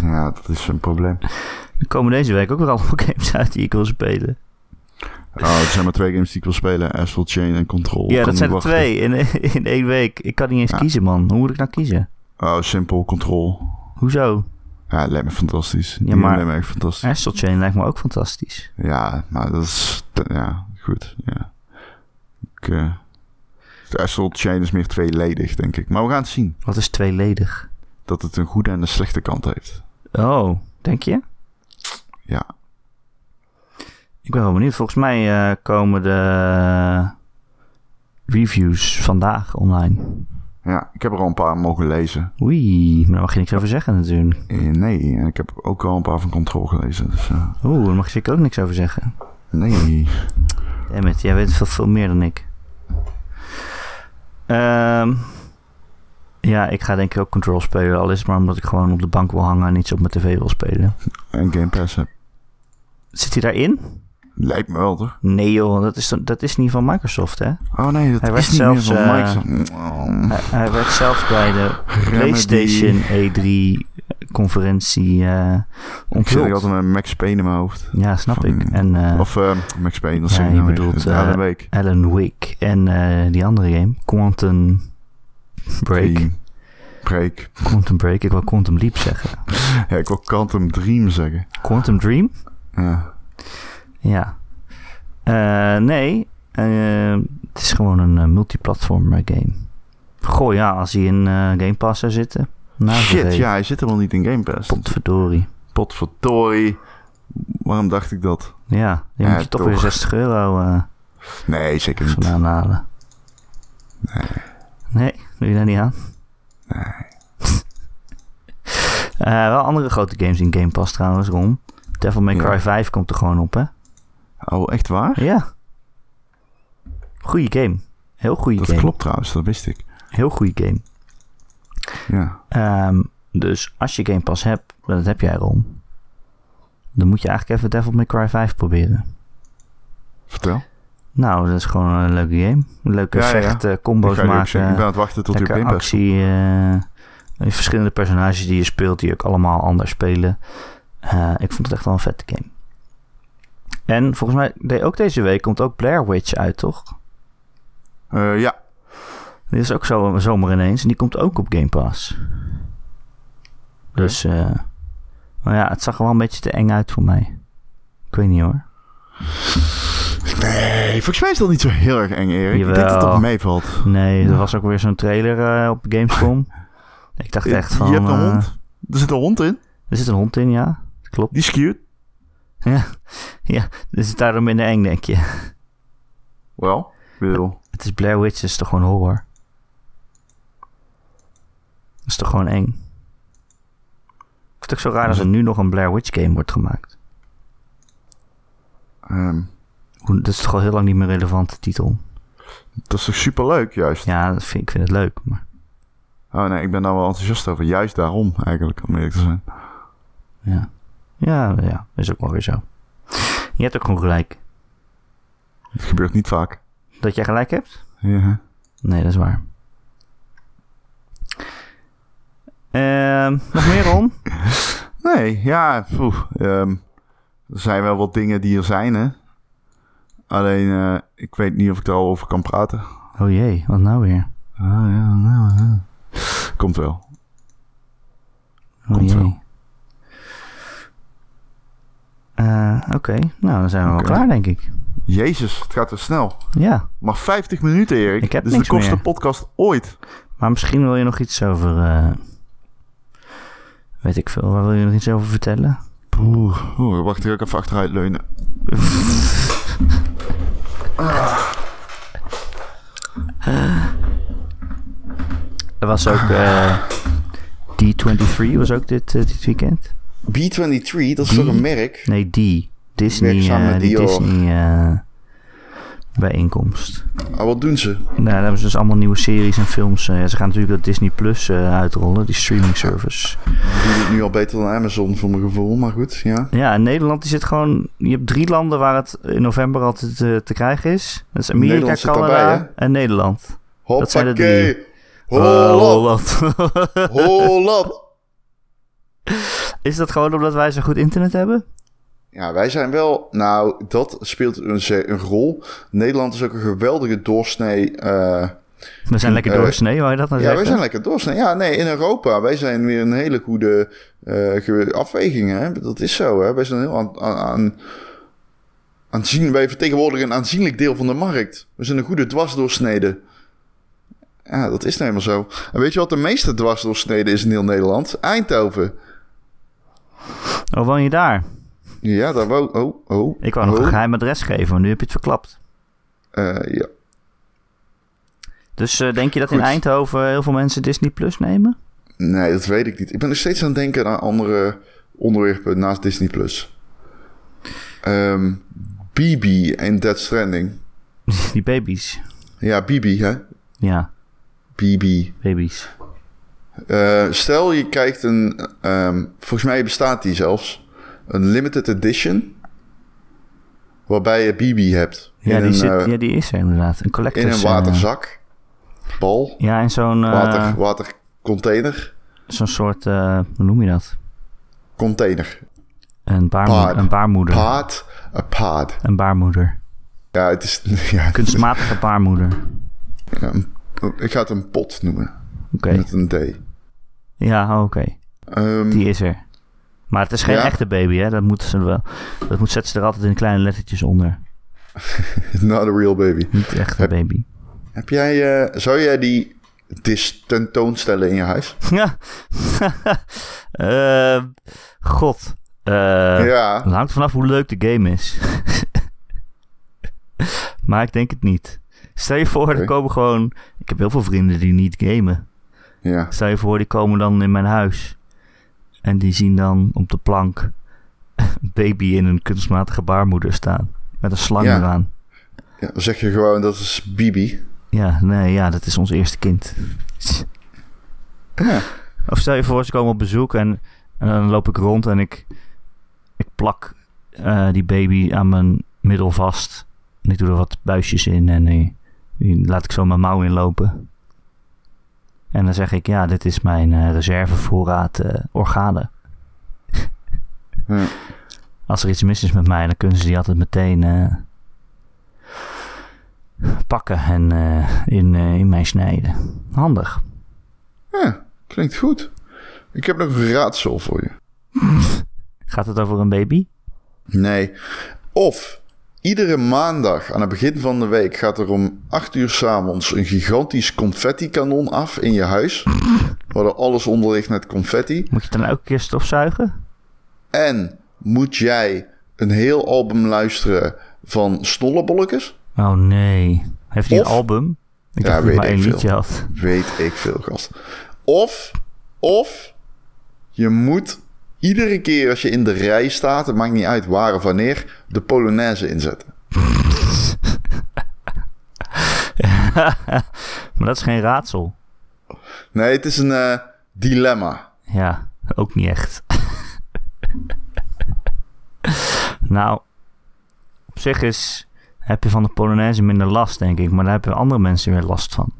[SPEAKER 2] Ja, dat is een probleem.
[SPEAKER 1] Er komen deze week ook weer allemaal games uit die ik wil spelen.
[SPEAKER 2] Oh, er zijn maar twee games die ik wil spelen. Asphalt Chain en Control.
[SPEAKER 1] ja,
[SPEAKER 2] Oh, Kan
[SPEAKER 1] dat
[SPEAKER 2] niet
[SPEAKER 1] zijn er
[SPEAKER 2] wachten.
[SPEAKER 1] twee in, in één week. Ik kan niet eens
[SPEAKER 2] Ja.
[SPEAKER 1] kiezen, man. Hoe moet ik nou kiezen?
[SPEAKER 2] Oh, simpel, Control.
[SPEAKER 1] Hoezo?
[SPEAKER 2] Ja, het lijkt me fantastisch. Ja,
[SPEAKER 1] maar-
[SPEAKER 2] maar... lijkt me echt fantastisch.
[SPEAKER 1] Astral Chain lijkt me ook fantastisch.
[SPEAKER 2] Ja, maar dat is... te- Ja, goed. Ja. Ik, eh, de Asphalt Chain is meer tweeledig, denk ik. Maar we gaan het zien.
[SPEAKER 1] Wat is tweeledig?
[SPEAKER 2] Dat het een goede en een slechte kant heeft.
[SPEAKER 1] Oh, denk je?
[SPEAKER 2] Ja.
[SPEAKER 1] Ik ben wel benieuwd. Volgens mij eh, komen de reviews vandaag online.
[SPEAKER 2] Ja, ik heb er al een paar mogen lezen.
[SPEAKER 1] Oei, maar daar mag je niks over zeggen natuurlijk.
[SPEAKER 2] Eh, Nee, en ik heb ook al een paar van Control gelezen. Dus, eh,
[SPEAKER 1] Oeh, daar mag je zeker ook niks over zeggen.
[SPEAKER 2] nee.
[SPEAKER 1] Dammit, jij weet veel, veel meer dan ik. Ehm, ja, ik ga denk ik ook Control spelen. Al is het maar omdat ik gewoon op de bank wil hangen en iets op mijn tv wil spelen.
[SPEAKER 2] En Game Pass heb.
[SPEAKER 1] Zit hij daarin?
[SPEAKER 2] Lijkt me wel, toch?
[SPEAKER 1] Nee joh, dat is, dat is niet van Microsoft hè?
[SPEAKER 2] Oh nee, dat
[SPEAKER 1] Hij werd
[SPEAKER 2] is niet
[SPEAKER 1] zelfs,
[SPEAKER 2] meer
[SPEAKER 1] eh,
[SPEAKER 2] van Microsoft. Oh.
[SPEAKER 1] Hij, hij werd zelfs bij de
[SPEAKER 2] Remedy.
[SPEAKER 1] PlayStation E3-conferentie eh
[SPEAKER 2] Ik zit
[SPEAKER 1] onthuld.
[SPEAKER 2] altijd met Max Payne in mijn hoofd.
[SPEAKER 1] Ja, snap
[SPEAKER 2] Van-
[SPEAKER 1] ik. En eh,
[SPEAKER 2] Of eh, Max Payne, dat zeg
[SPEAKER 1] Ja,
[SPEAKER 2] ik
[SPEAKER 1] je
[SPEAKER 2] nou weer.
[SPEAKER 1] bedoelt,
[SPEAKER 2] Het Alan
[SPEAKER 1] eh,
[SPEAKER 2] Wake.
[SPEAKER 1] Alan Wake en eh, die andere game, Quantum Break.
[SPEAKER 2] Dream. Break.
[SPEAKER 1] Quantum Break, ik wil Quantum Leap zeggen.
[SPEAKER 2] Ja, ik wil Quantum Dream zeggen.
[SPEAKER 1] Quantum Dream?
[SPEAKER 2] Ja.
[SPEAKER 1] Ja. Eh, nee, eh, het is gewoon een eh, multiplatform eh, game. Goh, ja, als hij in eh, Game Pass zou zitten. Nou,
[SPEAKER 2] Shit,
[SPEAKER 1] vergeet.
[SPEAKER 2] ja, hij zit helemaal niet in Game Pass.
[SPEAKER 1] Potverdorie.
[SPEAKER 2] Potverdorie. Waarom dacht ik dat?
[SPEAKER 1] Ja, dan
[SPEAKER 2] Ja,
[SPEAKER 1] moet je toch
[SPEAKER 2] toch.
[SPEAKER 1] weer 60 euro... eh,
[SPEAKER 2] Nee, zeker niet.
[SPEAKER 1] vandaan halen. Nee. Nee, doe je daar niet aan? Nee. Eh, wel andere grote games in Game Pass trouwens, Ron. Devil May
[SPEAKER 2] Ja.
[SPEAKER 1] Cry 5 komt er gewoon op, hè?
[SPEAKER 2] Oh, echt waar?
[SPEAKER 1] Ja. Goeie game. Heel goede
[SPEAKER 2] Dat
[SPEAKER 1] game.
[SPEAKER 2] klopt trouwens, dat wist ik.
[SPEAKER 1] Heel goede game.
[SPEAKER 2] Ja.
[SPEAKER 1] Ehm, dus als je Game Pass hebt, maar dat heb jij, Ron. Dan moet je eigenlijk even Devil May Cry 5 proberen.
[SPEAKER 2] Vertel.
[SPEAKER 1] Nou, dat is gewoon een leuke game. Leuke
[SPEAKER 2] Ja, ja, ja.
[SPEAKER 1] vechten,
[SPEAKER 2] Ik,
[SPEAKER 1] combo's
[SPEAKER 2] ga je ook
[SPEAKER 1] maken.
[SPEAKER 2] zeggen, ik ben aan het wachten tot u op
[SPEAKER 1] Lekker
[SPEAKER 2] Game Pass
[SPEAKER 1] actie. eh, en verschillende personages die je speelt, die ook allemaal anders spelen. Eh, ik vond het echt wel een vette game. En volgens mij, de- ook deze week komt ook Blair Witch uit, toch?
[SPEAKER 2] komt. Eh, ja.
[SPEAKER 1] Die is ook zo, zomer ineens. En die komt ook op Game Pass. Dus, eh maar ja, het zag er wel een beetje te eng uit voor mij. Ik weet niet hoor.
[SPEAKER 2] Nee, volgens mij is dat niet zo heel erg eng, Erik. Ik denk dat
[SPEAKER 1] Jawel.
[SPEAKER 2] dat meevalt.
[SPEAKER 1] Nee, er
[SPEAKER 2] Ja.
[SPEAKER 1] was ook weer zo'n trailer eh, op Gamescom. ik dacht echt van...
[SPEAKER 2] je hebt een
[SPEAKER 1] eh,
[SPEAKER 2] hond. Er zit een hond in.
[SPEAKER 1] Er zit een hond in, ja. Klopt.
[SPEAKER 2] Die is cute.
[SPEAKER 1] Dus het is daarom minder eng, denk je.
[SPEAKER 2] Wel, wil.
[SPEAKER 1] Het is Blair Witch, is toch gewoon horror? Dat is toch gewoon eng? Het is toch zo raar als er nu nog een Blair Witch game wordt gemaakt?
[SPEAKER 2] Ehm,
[SPEAKER 1] Hoe- Dat is toch al heel lang niet meer een relevante titel?
[SPEAKER 2] dat is toch superleuk, juist?
[SPEAKER 1] Ja, dat vind, ik vind het leuk, maar...
[SPEAKER 2] Oh nee, ik ben daar wel enthousiast over. Juist daarom, eigenlijk, om eerlijk te zijn.
[SPEAKER 1] Ja, ja, ja is ook wel weer zo. Je hebt ook gewoon gelijk.
[SPEAKER 2] Het gebeurt niet vaak.
[SPEAKER 1] Dat jij gelijk hebt?
[SPEAKER 2] Ja.
[SPEAKER 1] Nee, dat is waar. Ehm, nog meer, Ron?
[SPEAKER 2] Nee, ja, poeh, ehm, er zijn wel wat dingen die er zijn, hè. Alleen, eh, ik weet niet of ik daar al over kan praten.
[SPEAKER 1] Oh jee, wat nou weer?
[SPEAKER 2] Ah, ja, nou, ja. Komt wel. Komt
[SPEAKER 1] Oh, jee.
[SPEAKER 2] zo.
[SPEAKER 1] Eh, Oké, nou dan zijn we
[SPEAKER 2] Oké.
[SPEAKER 1] wel klaar, denk ik.
[SPEAKER 2] Jezus, het gaat er snel.
[SPEAKER 1] Ja,
[SPEAKER 2] Maar 50 minuten, Erik.
[SPEAKER 1] Ik heb
[SPEAKER 2] dus de
[SPEAKER 1] niks
[SPEAKER 2] kortste
[SPEAKER 1] meer.
[SPEAKER 2] podcast ooit.
[SPEAKER 1] maar misschien wil je nog iets over. eh, weet ik veel, waar wil je nog iets over vertellen?
[SPEAKER 2] Oeh, Oh, wacht, ik ga even achteruit leunen.
[SPEAKER 1] Er was ook. eh, D23 was ook dit, eh, dit weekend.
[SPEAKER 2] B23, dat is
[SPEAKER 1] Die-
[SPEAKER 2] toch een merk?
[SPEAKER 1] Nee, D. Disney.
[SPEAKER 2] Werkzaam
[SPEAKER 1] eh,
[SPEAKER 2] met
[SPEAKER 1] die
[SPEAKER 2] Dior.
[SPEAKER 1] Disney eh, bijeenkomst.
[SPEAKER 2] Ah, wat doen ze?
[SPEAKER 1] Nou, daar hebben ze dus allemaal nieuwe series en films. eh, ja, ze gaan natuurlijk dat Disney Plus eh, uitrollen, die streaming service.
[SPEAKER 2] Die doet het nu al beter dan Amazon, voor mijn gevoel. Maar goed, ja.
[SPEAKER 1] Ja, in Nederland die zit gewoon. Je hebt drie landen waar het in november altijd eh, te krijgen is: dat is Amerika,
[SPEAKER 2] Nederland zit
[SPEAKER 1] Canada
[SPEAKER 2] daarbij, hè?
[SPEAKER 1] en Nederland. Dat zijn er
[SPEAKER 2] Hoppakee.
[SPEAKER 1] Eh,
[SPEAKER 2] Holland.
[SPEAKER 1] Holland.
[SPEAKER 2] Holland.
[SPEAKER 1] Is dat gewoon omdat wij zo goed internet hebben?
[SPEAKER 2] Ja, wij zijn wel... Nou, dat speelt een, ze- een rol. Nederland is ook een geweldige doorsnee... eh,
[SPEAKER 1] We zijn lekker
[SPEAKER 2] Eh,
[SPEAKER 1] door de sneeuw, wou je dat nou
[SPEAKER 2] ja, wij
[SPEAKER 1] zeggen?
[SPEAKER 2] zijn lekker doorsnee. Ja, nee, in Europa. Wij zijn weer een hele goede eh, ge- afweging, hè. Dat is zo, hè. Wij zijn heel aan... aan, aan aanzien- wij vertegenwoordigen een aanzienlijk deel van de markt. We zijn een goede dwarsdoorsnede. Ja, dat is nou helemaal zo. En weet je wat de meeste dwarsdoorsnede is in heel Nederland? Eindhoven.
[SPEAKER 1] Oh, woon je daar?
[SPEAKER 2] Ja, daar wou... Oh, oh.
[SPEAKER 1] Ik wou nog
[SPEAKER 2] oh,
[SPEAKER 1] een geheim adres geven, maar nu heb je het verklapt.
[SPEAKER 2] eh, ja.
[SPEAKER 1] Dus eh, denk je dat in
[SPEAKER 2] Goed.
[SPEAKER 1] Eindhoven heel veel mensen Disney Plus nemen?
[SPEAKER 2] Nee, dat weet ik niet. Ik ben nog steeds aan het denken aan andere onderwerpen naast Disney+. Plus. Ehm, Bibi en Dead Stranding.
[SPEAKER 1] Die baby's.
[SPEAKER 2] Ja, Bibi, hè?
[SPEAKER 1] Ja,
[SPEAKER 2] Bibi.
[SPEAKER 1] baby's.
[SPEAKER 2] Eh, stel, je kijkt een... ehm, volgens mij bestaat die zelfs. Een limited edition. Waarbij je Bibi hebt.
[SPEAKER 1] Ja,
[SPEAKER 2] in
[SPEAKER 1] die
[SPEAKER 2] een,
[SPEAKER 1] zit,
[SPEAKER 2] eh,
[SPEAKER 1] ja, die is er inderdaad. Een collectors...
[SPEAKER 2] in een
[SPEAKER 1] eh,
[SPEAKER 2] waterzak. Bal.
[SPEAKER 1] ja, in zo'n eh,
[SPEAKER 2] Water, watercontainer.
[SPEAKER 1] zo'n soort... eh, hoe noem je dat?
[SPEAKER 2] Container.
[SPEAKER 1] Een, baarmo-
[SPEAKER 2] Paar.
[SPEAKER 1] een baarmoeder.
[SPEAKER 2] Paad. A pad.
[SPEAKER 1] Een baarmoeder.
[SPEAKER 2] Ja, het is... Ja,
[SPEAKER 1] Kunstmatige baarmoeder. Oké.
[SPEAKER 2] Ja, een- ik ga het een pot noemen. Met een D.
[SPEAKER 1] Ja, oh, oké.
[SPEAKER 2] Ehm,
[SPEAKER 1] Die is er. Maar het is geen
[SPEAKER 2] Ja.
[SPEAKER 1] echte baby, hè? Dat, moeten ze wel, dat moet, zetten ze er altijd in kleine lettertjes onder.
[SPEAKER 2] not a real baby.
[SPEAKER 1] Niet echt een baby.
[SPEAKER 2] Heb jij, eh, zou jij die dis tentoonstellen in je huis?
[SPEAKER 1] Ja. Eh, God. Eh
[SPEAKER 2] ja.
[SPEAKER 1] Het hangt vanaf hoe leuk de game is. maar ik denk het niet. Stel je voor,
[SPEAKER 2] Oké.
[SPEAKER 1] er komen gewoon... Ik heb heel veel vrienden die niet gamen.
[SPEAKER 2] Ja.
[SPEAKER 1] Stel je voor, die komen dan in mijn huis. En die zien dan op de plank... een baby in een kunstmatige baarmoeder staan. Met een slang
[SPEAKER 2] Ja.
[SPEAKER 1] eraan.
[SPEAKER 2] ja. Dan zeg je gewoon dat is Bibi.
[SPEAKER 1] Ja, nee, ja, dat is ons eerste kind.
[SPEAKER 2] Ja.
[SPEAKER 1] Of stel je voor, ze komen op bezoek en, en dan loop ik rond en ik, ik plak eh, die baby aan mijn middel vast. En ik doe er wat buisjes in en die, die laat ik zo mijn mouw inlopen. En dan zeg ik, ja, dit is mijn eh, reservevoorraad eh, organen.
[SPEAKER 2] Ja.
[SPEAKER 1] Als er iets mis is met mij, dan kunnen ze die altijd meteen eh, pakken en eh, in, eh, in mij snijden. Handig.
[SPEAKER 2] Ja, Klinkt goed. Ik heb nog een raadsel voor je.
[SPEAKER 1] Gaat het over een baby?
[SPEAKER 2] Nee. Of iedere maandag aan het begin van de week gaat er om 8 uur s'avonds een gigantisch confetti-kanon af in je huis. Waar er alles onder ligt met confetti.
[SPEAKER 1] Moet je het dan elke keer stofzuigen?
[SPEAKER 2] En moet jij een heel album luisteren van snollebolletjes?
[SPEAKER 1] Oh nee. Heeft hij een
[SPEAKER 2] Of-
[SPEAKER 1] album? Ik
[SPEAKER 2] Ja,
[SPEAKER 1] dacht dat hij
[SPEAKER 2] weet
[SPEAKER 1] maar
[SPEAKER 2] ik
[SPEAKER 1] één
[SPEAKER 2] veel.
[SPEAKER 1] liedje had.
[SPEAKER 2] Weet ik veel, gast. Of, of, je moet iedere keer als je in de rij staat, het maakt niet uit waar of wanneer, de Polonaise inzetten.
[SPEAKER 1] maar dat is geen raadsel.
[SPEAKER 2] Nee, het is een eh, dilemma.
[SPEAKER 1] Ja, ook niet echt. nou, op zich is, heb je van de Polonaise minder last, denk ik. Maar daar hebben andere mensen weer last van.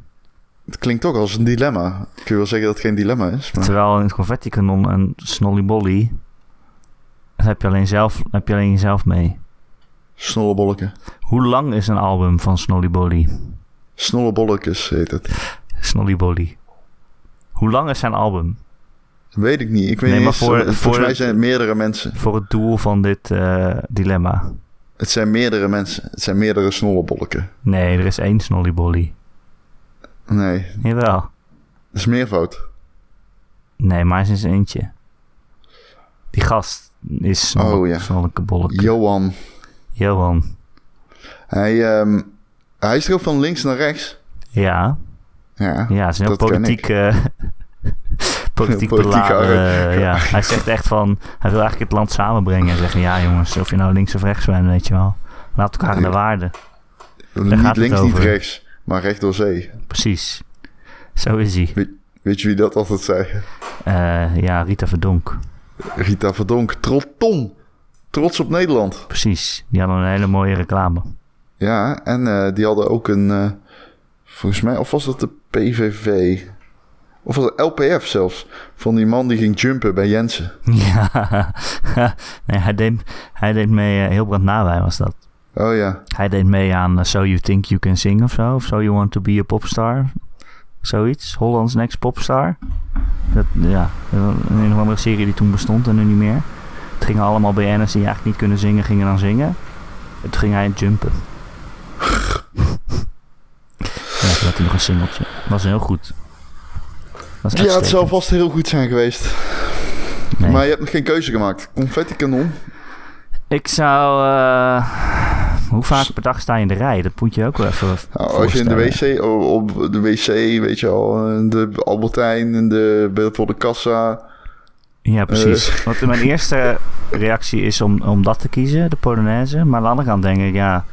[SPEAKER 2] Het klinkt ook als een dilemma. Ik wil wel zeggen dat het geen dilemma is. Maar...
[SPEAKER 1] Terwijl in het confetti-kanon en snollybolly... daar heb je alleen, zelf, heb je alleen jezelf mee.
[SPEAKER 2] Snollebolleke.
[SPEAKER 1] Hoe lang is een album van snollybolly?
[SPEAKER 2] Snollebolletjes heet het.
[SPEAKER 1] Snollybolly. Hoe lang is zijn album?
[SPEAKER 2] Weet ik niet. Ik weet
[SPEAKER 1] Nee,
[SPEAKER 2] niet.
[SPEAKER 1] maar
[SPEAKER 2] eens,
[SPEAKER 1] voor-
[SPEAKER 2] eh, volgens
[SPEAKER 1] voor-
[SPEAKER 2] mij zijn het meerdere mensen.
[SPEAKER 1] Voor het doel van dit eh, dilemma.
[SPEAKER 2] Het zijn meerdere mensen. Het zijn meerdere snollebolken.
[SPEAKER 1] Nee, er is één snollybolly.
[SPEAKER 2] Nee, dat
[SPEAKER 1] Jawel.
[SPEAKER 2] is meervoud.
[SPEAKER 1] Nee, maar er is eentje. Die gast is
[SPEAKER 2] Oh, ja.
[SPEAKER 1] snolleke bolleke.
[SPEAKER 2] Johan.
[SPEAKER 1] Johan.
[SPEAKER 2] Hij, ehm, hij is toch ook van links naar rechts?
[SPEAKER 1] Ja,
[SPEAKER 2] Ja.
[SPEAKER 1] ja, het is een heel
[SPEAKER 2] Dat ken
[SPEAKER 1] politiek, eh, politiek
[SPEAKER 2] Politieke
[SPEAKER 1] beladen.
[SPEAKER 2] arm.
[SPEAKER 1] eh, ja. Hij zegt echt van, hij wil eigenlijk het land samenbrengen. En zeggen, ja jongens, of je nou links of rechts bent, weet je wel. Laat elkaar aan de
[SPEAKER 2] Ja.
[SPEAKER 1] waarde. gaat
[SPEAKER 2] niet
[SPEAKER 1] het
[SPEAKER 2] links, niet
[SPEAKER 1] over.
[SPEAKER 2] rechts, maar recht door zee.
[SPEAKER 1] Precies. Zo is hij.
[SPEAKER 2] Weet je wie dat altijd zei?
[SPEAKER 1] Eh, ja, Rita Verdonk.
[SPEAKER 2] Rita Verdonk, Trotton. Trots op Nederland.
[SPEAKER 1] Precies. Die hadden een hele mooie reclame.
[SPEAKER 2] Ja, en eh, die hadden ook een. eh, volgens mij, of was dat de PVV? Of was het LPF zelfs? Van die man die ging jumpen bij Jensen.
[SPEAKER 1] Ja. nee, hij, deed, hij deed mee, eh, heel Hilbrand Nawij was dat.
[SPEAKER 2] Oh ja.
[SPEAKER 1] Hij deed mee aan eh, So You Think You Can Sing of zo. Of So You Want To Be A Popstar. Zoiets. Holland's Next Popstar. Dat, ja, een of andere serie die toen bestond en nu niet meer. Het gingen allemaal BN'ers die eigenlijk niet kunnen zingen, gingen dan zingen. En toen ging hij jumpen. ja, toen had hij nog een singeltje. Was heel goed. Was
[SPEAKER 2] Ja, het zou
[SPEAKER 1] uitstekend.
[SPEAKER 2] vast heel goed zijn geweest.
[SPEAKER 1] Nee.
[SPEAKER 2] Maar je hebt nog geen keuze gemaakt. Confetti kanon.
[SPEAKER 1] Ik zou... eh, hoe vaak per dag sta je in de rij? Dat moet je ook wel even
[SPEAKER 2] Nou, als je in de wc, o- op de wc, weet je al, eh, de Albertijn, en de, bij- voor de kassa.
[SPEAKER 1] Ja, precies.
[SPEAKER 2] Eh.
[SPEAKER 1] Want mijn eerste reactie is om, om dat te kiezen, de Polonaise. Maar aan de andere kant denk ik, ja,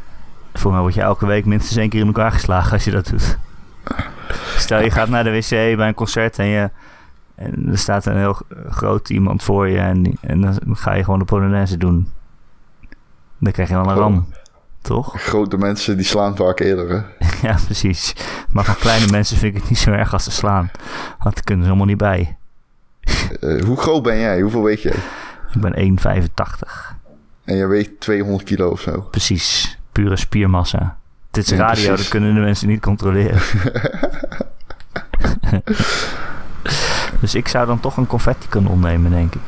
[SPEAKER 1] voor mij word je elke week minstens één keer in elkaar geslagen als je dat doet. Stel, je gaat naar de wc bij een concert en, je, en er staat een heel g- groot iemand voor je en, die- en dan ga je gewoon de Polonaise doen. Dan krijg je wel een
[SPEAKER 2] Oh.
[SPEAKER 1] ram, toch?
[SPEAKER 2] Grote mensen die slaan vaak eerder. Hè?
[SPEAKER 1] Ja, precies. Maar van kleine mensen vind ik het niet zo erg als ze slaan. Want daar kunnen ze helemaal niet bij.
[SPEAKER 2] Eh, hoe groot ben jij? Hoeveel weeg jij?
[SPEAKER 1] Ik ben 1,85.
[SPEAKER 2] En jij weegt 200 kilo of zo.
[SPEAKER 1] Precies, pure spiermassa. Dit is
[SPEAKER 2] Ja,
[SPEAKER 1] radio,
[SPEAKER 2] precies.
[SPEAKER 1] dat kunnen de mensen niet controleren. dus ik zou dan toch een confetti kunnen opnemen, denk ik.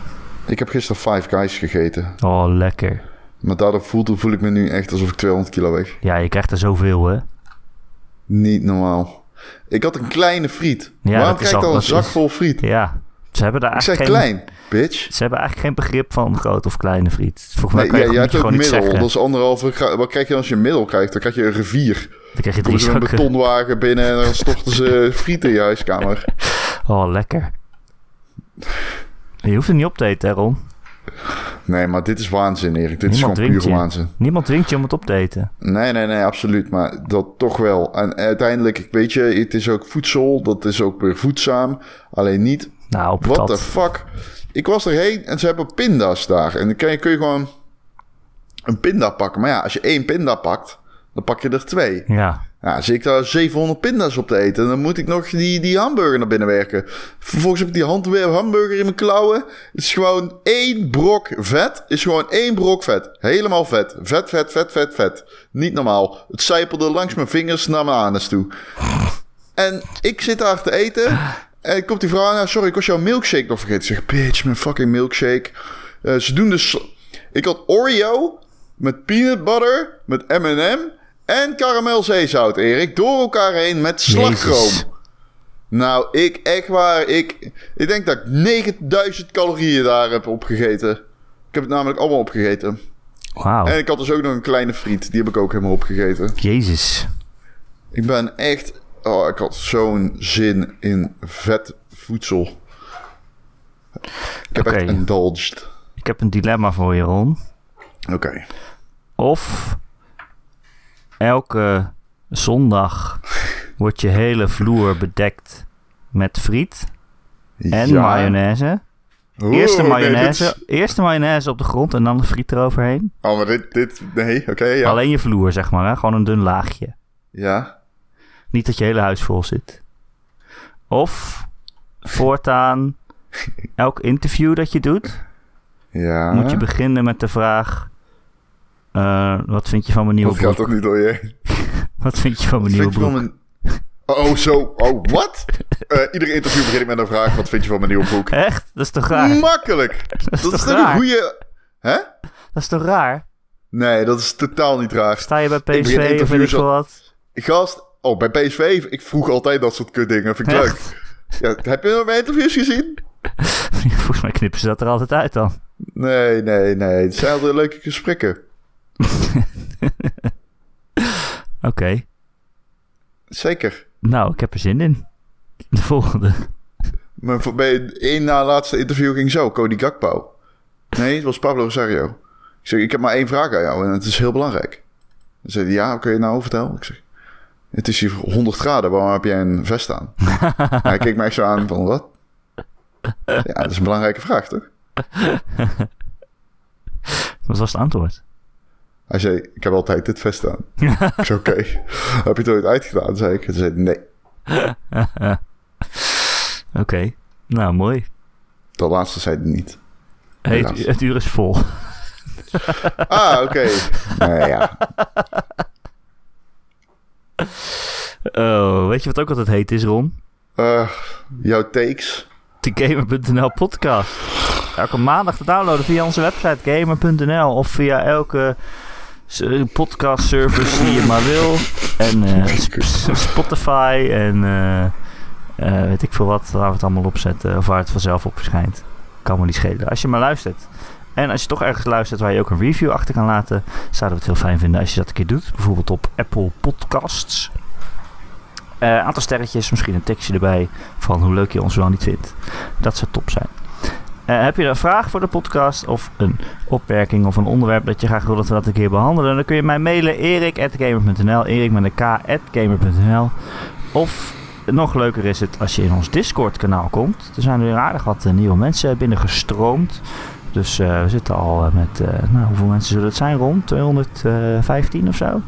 [SPEAKER 2] Ik heb gisteren Five Guys gegeten.
[SPEAKER 1] Oh, lekker.
[SPEAKER 2] Maar daardoor voel, voel ik me nu echt alsof ik 200 kilo weeg.
[SPEAKER 1] Ja, je krijgt er zoveel, hè?
[SPEAKER 2] Niet normaal. Ik had een kleine friet.
[SPEAKER 1] Ja,
[SPEAKER 2] Waarom
[SPEAKER 1] dat is
[SPEAKER 2] krijg ik
[SPEAKER 1] al-
[SPEAKER 2] dan een
[SPEAKER 1] dat
[SPEAKER 2] zak
[SPEAKER 1] is-
[SPEAKER 2] vol friet?
[SPEAKER 1] Ja. Ze hebben daar
[SPEAKER 2] Ik zei
[SPEAKER 1] eigenlijk geen,
[SPEAKER 2] klein, bitch.
[SPEAKER 1] Ze hebben eigenlijk geen begrip van groot of kleine friet. Volgens mij
[SPEAKER 2] Nee,
[SPEAKER 1] kan
[SPEAKER 2] ja,
[SPEAKER 1] je,
[SPEAKER 2] je
[SPEAKER 1] moet
[SPEAKER 2] hebt
[SPEAKER 1] je
[SPEAKER 2] ook
[SPEAKER 1] gewoon niet
[SPEAKER 2] middel.
[SPEAKER 1] zeggen.
[SPEAKER 2] Dat is anderhalve. gra- Wat krijg je als je een middel krijgt? Dan krijg je een rivier.
[SPEAKER 1] Dan krijg je
[SPEAKER 2] Dan komt
[SPEAKER 1] drie
[SPEAKER 2] er zo'n
[SPEAKER 1] zakken.
[SPEAKER 2] betonwagen binnen en dan storten ze friet in je huiskamer.
[SPEAKER 1] Oh, lekker. Je hoeft het niet op te eten, hè, Ron.
[SPEAKER 2] Nee, maar dit is waanzin, Erik. Dit
[SPEAKER 1] Niemand
[SPEAKER 2] is gewoon
[SPEAKER 1] dwingt
[SPEAKER 2] puur
[SPEAKER 1] je.
[SPEAKER 2] waanzin.
[SPEAKER 1] Niemand dwingt je om het op te eten.
[SPEAKER 2] Nee, nee, nee, absoluut. Maar dat toch wel. En uiteindelijk, ik weet je, het is ook voedsel. Dat is ook weer voedzaam. Alleen niet
[SPEAKER 1] Nou, op
[SPEAKER 2] What
[SPEAKER 1] dat.
[SPEAKER 2] the fuck? Ik was erheen en ze hebben pinda's daar. En dan kun je, kun je gewoon een pinda pakken. Maar ja, als je één pinda pakt, dan pak je er twee.
[SPEAKER 1] Ja,
[SPEAKER 2] Nou, zie ik daar 700 pinda's op te eten. Dan moet ik nog die, die hamburger naar binnen werken. Vervolgens heb ik die hand- hamburger in mijn klauwen. Het is gewoon één brok vet. Is gewoon één brok vet. Helemaal vet. Vet, vet, vet, vet, vet. Niet normaal. Het zijpelde langs mijn vingers naar mijn anus toe. En ik zit daar te eten. En komt die vrouw aan. "Nou, Sorry, ik was jouw milkshake nog vergeten. Ik zeg, bitch, mijn fucking milkshake. Eh, ze doen dus... Ik had Oreo met peanut butter, met M&M en karamelzeezout, Erik. Door elkaar heen met slagroom.
[SPEAKER 1] Jezus.
[SPEAKER 2] Nou, ik echt waar. Ik, ik denk dat ik 9000 calorieën daar heb opgegeten. Ik heb het namelijk allemaal opgegeten.
[SPEAKER 1] wauw.
[SPEAKER 2] En ik had dus ook nog een kleine friet. Die heb ik ook helemaal opgegeten.
[SPEAKER 1] Jezus.
[SPEAKER 2] Ik ben echt. Oh, ik had zo'n zin in vet voedsel. Ik heb
[SPEAKER 1] Oké.
[SPEAKER 2] echt indulged.
[SPEAKER 1] Ik heb een dilemma voor je, Ron.
[SPEAKER 2] Oké.
[SPEAKER 1] Of elke zondag wordt je hele vloer bedekt met friet en
[SPEAKER 2] Ja.
[SPEAKER 1] mayonaise.
[SPEAKER 2] Oeh,
[SPEAKER 1] Eerst de
[SPEAKER 2] nee,
[SPEAKER 1] mayonaise,
[SPEAKER 2] dit is-
[SPEAKER 1] eerst de mayonaise op de grond en dan de friet eroverheen.
[SPEAKER 2] Oh, maar dit. dit nee, oké. ja.
[SPEAKER 1] Alleen je vloer, zeg maar. Hè? Gewoon een dun laagje.
[SPEAKER 2] ja.
[SPEAKER 1] Niet dat je hele huis vol zit. Of voortaan elk interview dat je doet,
[SPEAKER 2] Ja.
[SPEAKER 1] moet je beginnen met de vraag... eh, wat vind je van mijn nieuwe
[SPEAKER 2] Dat gaat
[SPEAKER 1] broek?
[SPEAKER 2] toch niet door je heen?
[SPEAKER 1] Wat vind je van mijn nieuwe
[SPEAKER 2] Vind je
[SPEAKER 1] broek?
[SPEAKER 2] van mijn- Oh, zo. Oh, wat? Eh iedere interview begin ik met een vraag: wat vind je van mijn nieuwe boek?
[SPEAKER 1] Echt? Mm, Dat is toch raar?
[SPEAKER 2] Makkelijk.
[SPEAKER 1] Dat is
[SPEAKER 2] Dat
[SPEAKER 1] toch
[SPEAKER 2] is toch een
[SPEAKER 1] raar?
[SPEAKER 2] goede. Hè?
[SPEAKER 1] Dat is toch raar?
[SPEAKER 2] Nee, dat is totaal niet raar.
[SPEAKER 1] Sta je bij
[SPEAKER 2] begin
[SPEAKER 1] PSV of weet ik
[SPEAKER 2] interviews
[SPEAKER 1] veel
[SPEAKER 2] al-
[SPEAKER 1] wat?
[SPEAKER 2] Gast, oh, bij PSV, ik vroeg altijd dat soort kutdingen. Vind ik leuk.
[SPEAKER 1] Echt?
[SPEAKER 2] Ja, heb je mijn interviews gezien?
[SPEAKER 1] Volgens mij knippen ze dat er altijd uit dan.
[SPEAKER 2] Nee, nee, nee. Het zijn altijd leuke gesprekken.
[SPEAKER 1] Oké.
[SPEAKER 2] Zeker.
[SPEAKER 1] Nou, ik heb er zin in. De volgende.
[SPEAKER 2] Mijn voor- bij één na laatste interview ging zo, Cody Gakpo. Nee, het was Pablo Rosario. Ik zeg, ik heb maar één vraag aan jou en het is heel belangrijk. Hij zei, ja, oké, nou vertel. Ik zeg, het is hier 100 graden, waarom heb jij een vest aan? Hij keek mij echt zo aan van, wat? Ja, dat is een belangrijke vraag, toch?
[SPEAKER 1] Wat was het antwoord?
[SPEAKER 2] Hij zei, ik heb altijd dit vest aan. ik zei, oké, heb je het ooit uitgedaan? zei ik. Hij zei, nee.
[SPEAKER 1] Oké. Nou, mooi.
[SPEAKER 2] Dat laatste zei hij niet.
[SPEAKER 1] Hey, het,
[SPEAKER 2] Helaas.
[SPEAKER 1] het uur is vol.
[SPEAKER 2] Ah, oké. Nou ja,
[SPEAKER 1] Oh, weet je wat ook altijd heet is, Ron?
[SPEAKER 2] Eh, jouw takes.
[SPEAKER 1] TheGamer.nl podcast. Elke maandag te downloaden via onze website gamer.nl of via elke eh, podcast service die je maar wil. En eh, sp- s- Spotify en eh, eh, weet ik veel wat, waar we het allemaal op zetten. Of waar het vanzelf op verschijnt. Kan me niet schelen. Als je maar luistert. En als je toch ergens luistert waar je ook een review achter kan laten, zouden we het heel fijn vinden als je dat een keer doet. Bijvoorbeeld op Apple Podcasts. Eh aantal sterretjes, misschien een tekstje erbij van hoe leuk je ons wel niet vindt. Dat zou top zijn. Eh, heb je een vraag voor de podcast of een opmerking of een onderwerp dat je graag wil dat we dat een keer behandelen? Dan kun je mij mailen erik.gamer.nl, erik met een k, at gamer.nl. Of nog leuker is het als je in ons Discord kanaal komt. Er zijn weer aardig wat eh, nieuwe mensen binnengestroomd. Dus eh, we zitten al eh, met, eh, nou, hoeveel mensen zullen het zijn? Rond 215 of zo?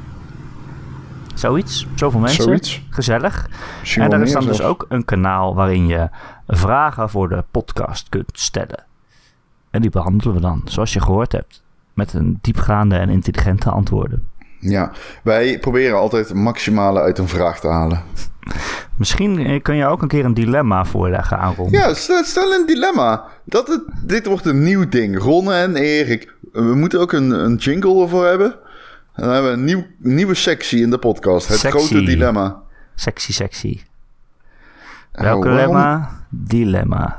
[SPEAKER 1] Zoiets, zoveel mensen.
[SPEAKER 2] Zoiets.
[SPEAKER 1] Gezellig.
[SPEAKER 2] Misschien
[SPEAKER 1] En
[SPEAKER 2] wel
[SPEAKER 1] daar is
[SPEAKER 2] meer
[SPEAKER 1] dan dus
[SPEAKER 2] zelfs.
[SPEAKER 1] ook een kanaal waarin je vragen voor de podcast kunt stellen. En die behandelen we dan, zoals je gehoord hebt, met een diepgaande en intelligente antwoorden.
[SPEAKER 2] Ja, wij proberen altijd het maximale uit een vraag te halen.
[SPEAKER 1] Misschien eh, kun je ook een keer een dilemma voorleggen aan Ron.
[SPEAKER 2] Ja, stel, stel een dilemma. Dat het, dit wordt een nieuw ding. Ron en Erik, eh, we moeten ook een, een jingle ervoor hebben. En dan hebben we een nieuw, nieuwe sectie in de podcast. Het
[SPEAKER 1] Sectie.
[SPEAKER 2] grote dilemma.
[SPEAKER 1] Sexy, sexy.
[SPEAKER 2] Oh,
[SPEAKER 1] Welk
[SPEAKER 2] waarom-
[SPEAKER 1] dilemma? Dilemma.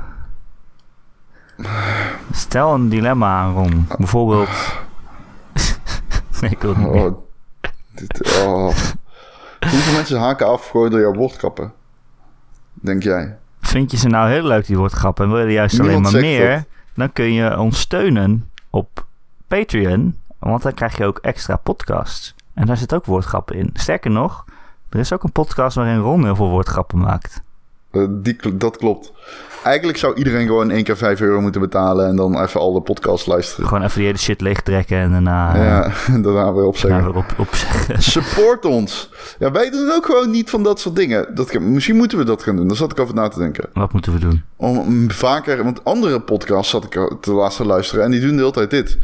[SPEAKER 1] Stel een dilemma aan Ron. Bijvoorbeeld... nee, ik wil het niet meer.
[SPEAKER 2] Oh, dit, oh. Hoeveel mensen haken af gewoon door jouw woordkappen? Denk jij?
[SPEAKER 1] Vind je ze nou heel leuk, die woordgrappen, en wil je er juist alleen
[SPEAKER 2] Niemand
[SPEAKER 1] maar
[SPEAKER 2] zegt
[SPEAKER 1] meer,
[SPEAKER 2] dat.
[SPEAKER 1] dan kun je ons steunen op Patreon, want dan krijg je ook extra podcasts. En daar zit ook woordgrappen in. Sterker nog, er is ook een podcast waarin Ron heel veel woordgrappen maakt.
[SPEAKER 2] Eh, die, kl- dat klopt. Eigenlijk zou iedereen gewoon één keer 5 euro moeten betalen en dan even al de podcasts luisteren.
[SPEAKER 1] Gewoon even die hele shit leegtrekken en daarna, eh,
[SPEAKER 2] Ja, en daarna weer opzeggen.
[SPEAKER 1] daarna weer op, opzeggen.
[SPEAKER 2] Support ons. Ja, wij doen ook gewoon niet van dat soort dingen. Dat, misschien moeten we dat gaan doen. Daar zat ik over na te denken.
[SPEAKER 1] Wat moeten we doen?
[SPEAKER 2] Om, om vaker, want andere podcasts zat ik te laatst te luisteren en die doen de hele tijd dit.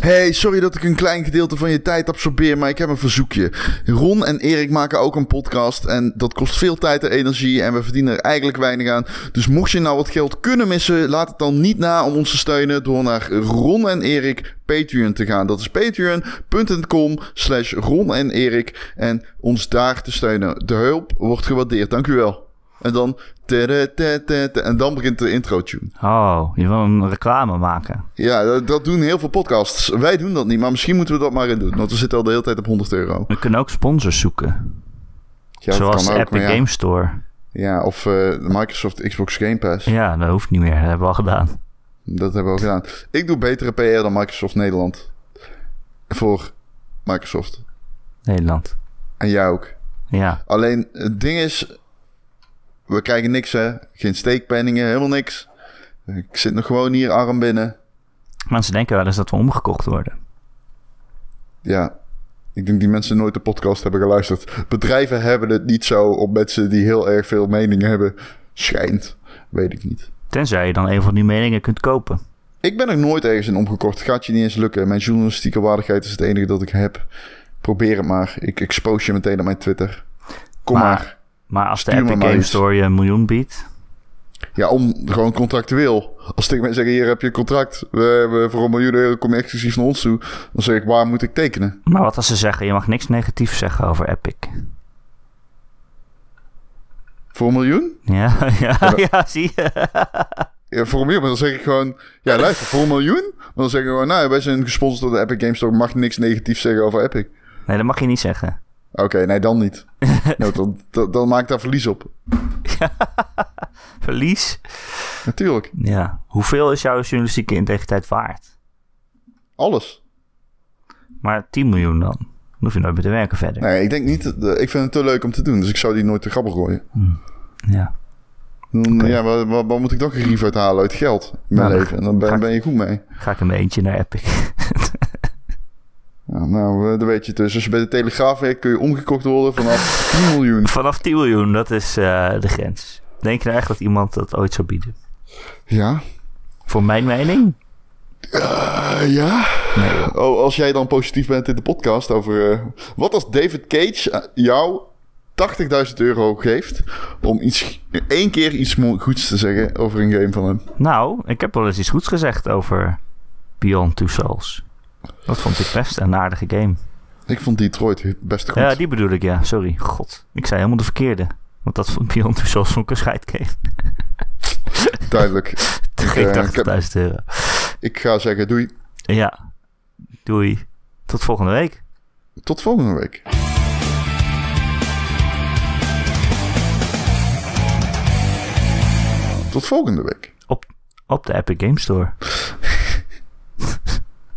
[SPEAKER 2] Hey, sorry dat ik een klein gedeelte van je tijd absorbeer, maar ik heb een verzoekje. Ron en Erik maken ook een podcast en dat kost veel tijd en energie en we verdienen er eigenlijk weinig aan. Dus mocht je nou wat geld kunnen missen, laat het dan niet na om ons te steunen door naar Ron en Erik Patreon te gaan. Dat is patreon.com slash Ron en Erik en ons daar te steunen. De hulp wordt gewaardeerd, dank u wel. En dan... tere, tere, tere, tere, En dan begint de intro-tune.
[SPEAKER 1] Oh, je wil een reclame maken.
[SPEAKER 2] Ja, dat, dat doen heel veel podcasts. Wij doen dat niet, maar misschien moeten we dat maar in doen. Want we zitten al de hele tijd op 100 euro.
[SPEAKER 1] We kunnen ook sponsors zoeken,
[SPEAKER 2] Ja, dat
[SPEAKER 1] zoals de
[SPEAKER 2] kan ook,
[SPEAKER 1] Epic
[SPEAKER 2] maar ja.
[SPEAKER 1] Game Store.
[SPEAKER 2] Ja, of eh, Microsoft Xbox Game Pass.
[SPEAKER 1] Ja, dat hoeft niet meer, dat hebben we al gedaan.
[SPEAKER 2] Dat hebben we al gedaan. Ik doe betere PR dan Microsoft Nederland. Voor Microsoft.
[SPEAKER 1] Nederland.
[SPEAKER 2] En jij ook.
[SPEAKER 1] Ja,
[SPEAKER 2] Alleen het ding is... We krijgen niks, hè. Geen steekpenningen, helemaal niks. Ik zit nog gewoon hier arm binnen.
[SPEAKER 1] mensen denken wel eens dat we omgekocht worden.
[SPEAKER 2] Ja. Ik denk die mensen nooit de podcast hebben geluisterd. Bedrijven hebben het niet zo op mensen die heel erg veel mening hebben. Schijnt. Weet ik niet.
[SPEAKER 1] Tenzij je dan een van die meningen kunt kopen.
[SPEAKER 2] Ik ben er nooit ergens in omgekocht. Gaat je niet eens lukken. Mijn journalistieke waardigheid is het enige dat ik heb. Probeer het maar. Ik expose je meteen op mijn Twitter. Kom maar.
[SPEAKER 1] Maar- Maar als de
[SPEAKER 2] Stuur me
[SPEAKER 1] Epic
[SPEAKER 2] maar
[SPEAKER 1] Game
[SPEAKER 2] iets.
[SPEAKER 1] Store je een miljoen biedt...
[SPEAKER 2] Ja, om gewoon contractueel. Als tegen mij zeggen, hier heb je een contract. We hebben voor een miljoen euro kom je exclusief naar ons toe. Dan zeg ik, waar moet ik tekenen?
[SPEAKER 1] Maar wat als ze zeggen, je mag niks negatiefs zeggen over Epic.
[SPEAKER 2] Voor een miljoen?
[SPEAKER 1] Ja, ja, ja, zie je.
[SPEAKER 2] Ja, voor een miljoen. Maar dan zeg ik gewoon, ja luister, voor een miljoen? Maar dan zeg ik gewoon, nou wij zijn gesponsord door de Epic Games Store. Mag niks negatiefs zeggen over Epic.
[SPEAKER 1] Nee, dat mag je niet zeggen.
[SPEAKER 2] Oké, nee dan niet. Nou, dan, dan, dan maak ik daar verlies op.
[SPEAKER 1] Verlies.
[SPEAKER 2] Natuurlijk,
[SPEAKER 1] Ja. Hoeveel is jouw journalistieke integriteit waard?
[SPEAKER 2] alles.
[SPEAKER 1] Maar 10 miljoen dan. Dan hoef je nooit meer te werken verder.
[SPEAKER 2] Nee, ik denk niet, dat- ik vind het te leuk om te doen. Dus ik zou die nooit te grappig gooien.
[SPEAKER 1] Ja.
[SPEAKER 2] Dan,
[SPEAKER 1] Oké.
[SPEAKER 2] Ja, waar, waar- waar moet ik dan een grief uit halen? Uit geld in mijn
[SPEAKER 1] Nou,
[SPEAKER 2] leven. En dan
[SPEAKER 1] ga
[SPEAKER 2] ben,
[SPEAKER 1] ik-
[SPEAKER 2] ben je goed mee.
[SPEAKER 1] Ga ik in mijn eentje naar Epic.
[SPEAKER 2] Ja, nou, eh, dat weet je het dus. Als je bij de Telegraaf werkt, kun je omgekocht worden vanaf 10 miljoen.
[SPEAKER 1] Vanaf 10 miljoen, dat is eh, de grens. Denk je nou echt dat iemand dat ooit zou bieden?
[SPEAKER 2] Ja?
[SPEAKER 1] Voor mijn mening?
[SPEAKER 2] Eh, ja?
[SPEAKER 1] Nee. joh.
[SPEAKER 2] Oh, als jij dan positief bent in de podcast over... eh, wat als David Cage eh, jou 80.000 euro geeft... om iets, één keer iets mo- goeds te zeggen over een game van hem?
[SPEAKER 1] Nou, ik heb wel eens iets goeds gezegd over Beyond Two Souls. Dat vond ik best een aardige game.
[SPEAKER 2] Ik vond Detroit best goed.
[SPEAKER 1] Ja, die bedoel ik, ja. Sorry. God, ik zei helemaal de verkeerde. Want dat vond Beyond Two Souls vond ik een scheidgame.
[SPEAKER 2] Duidelijk.
[SPEAKER 1] Toen
[SPEAKER 2] eh,
[SPEAKER 1] ging
[SPEAKER 2] ik heb-
[SPEAKER 1] 80.000 euro.
[SPEAKER 2] Ik ga zeggen doei.
[SPEAKER 1] Ja. Doei. Tot volgende week.
[SPEAKER 2] Tot volgende week. Tot volgende week.
[SPEAKER 1] Op de Epic Game Store.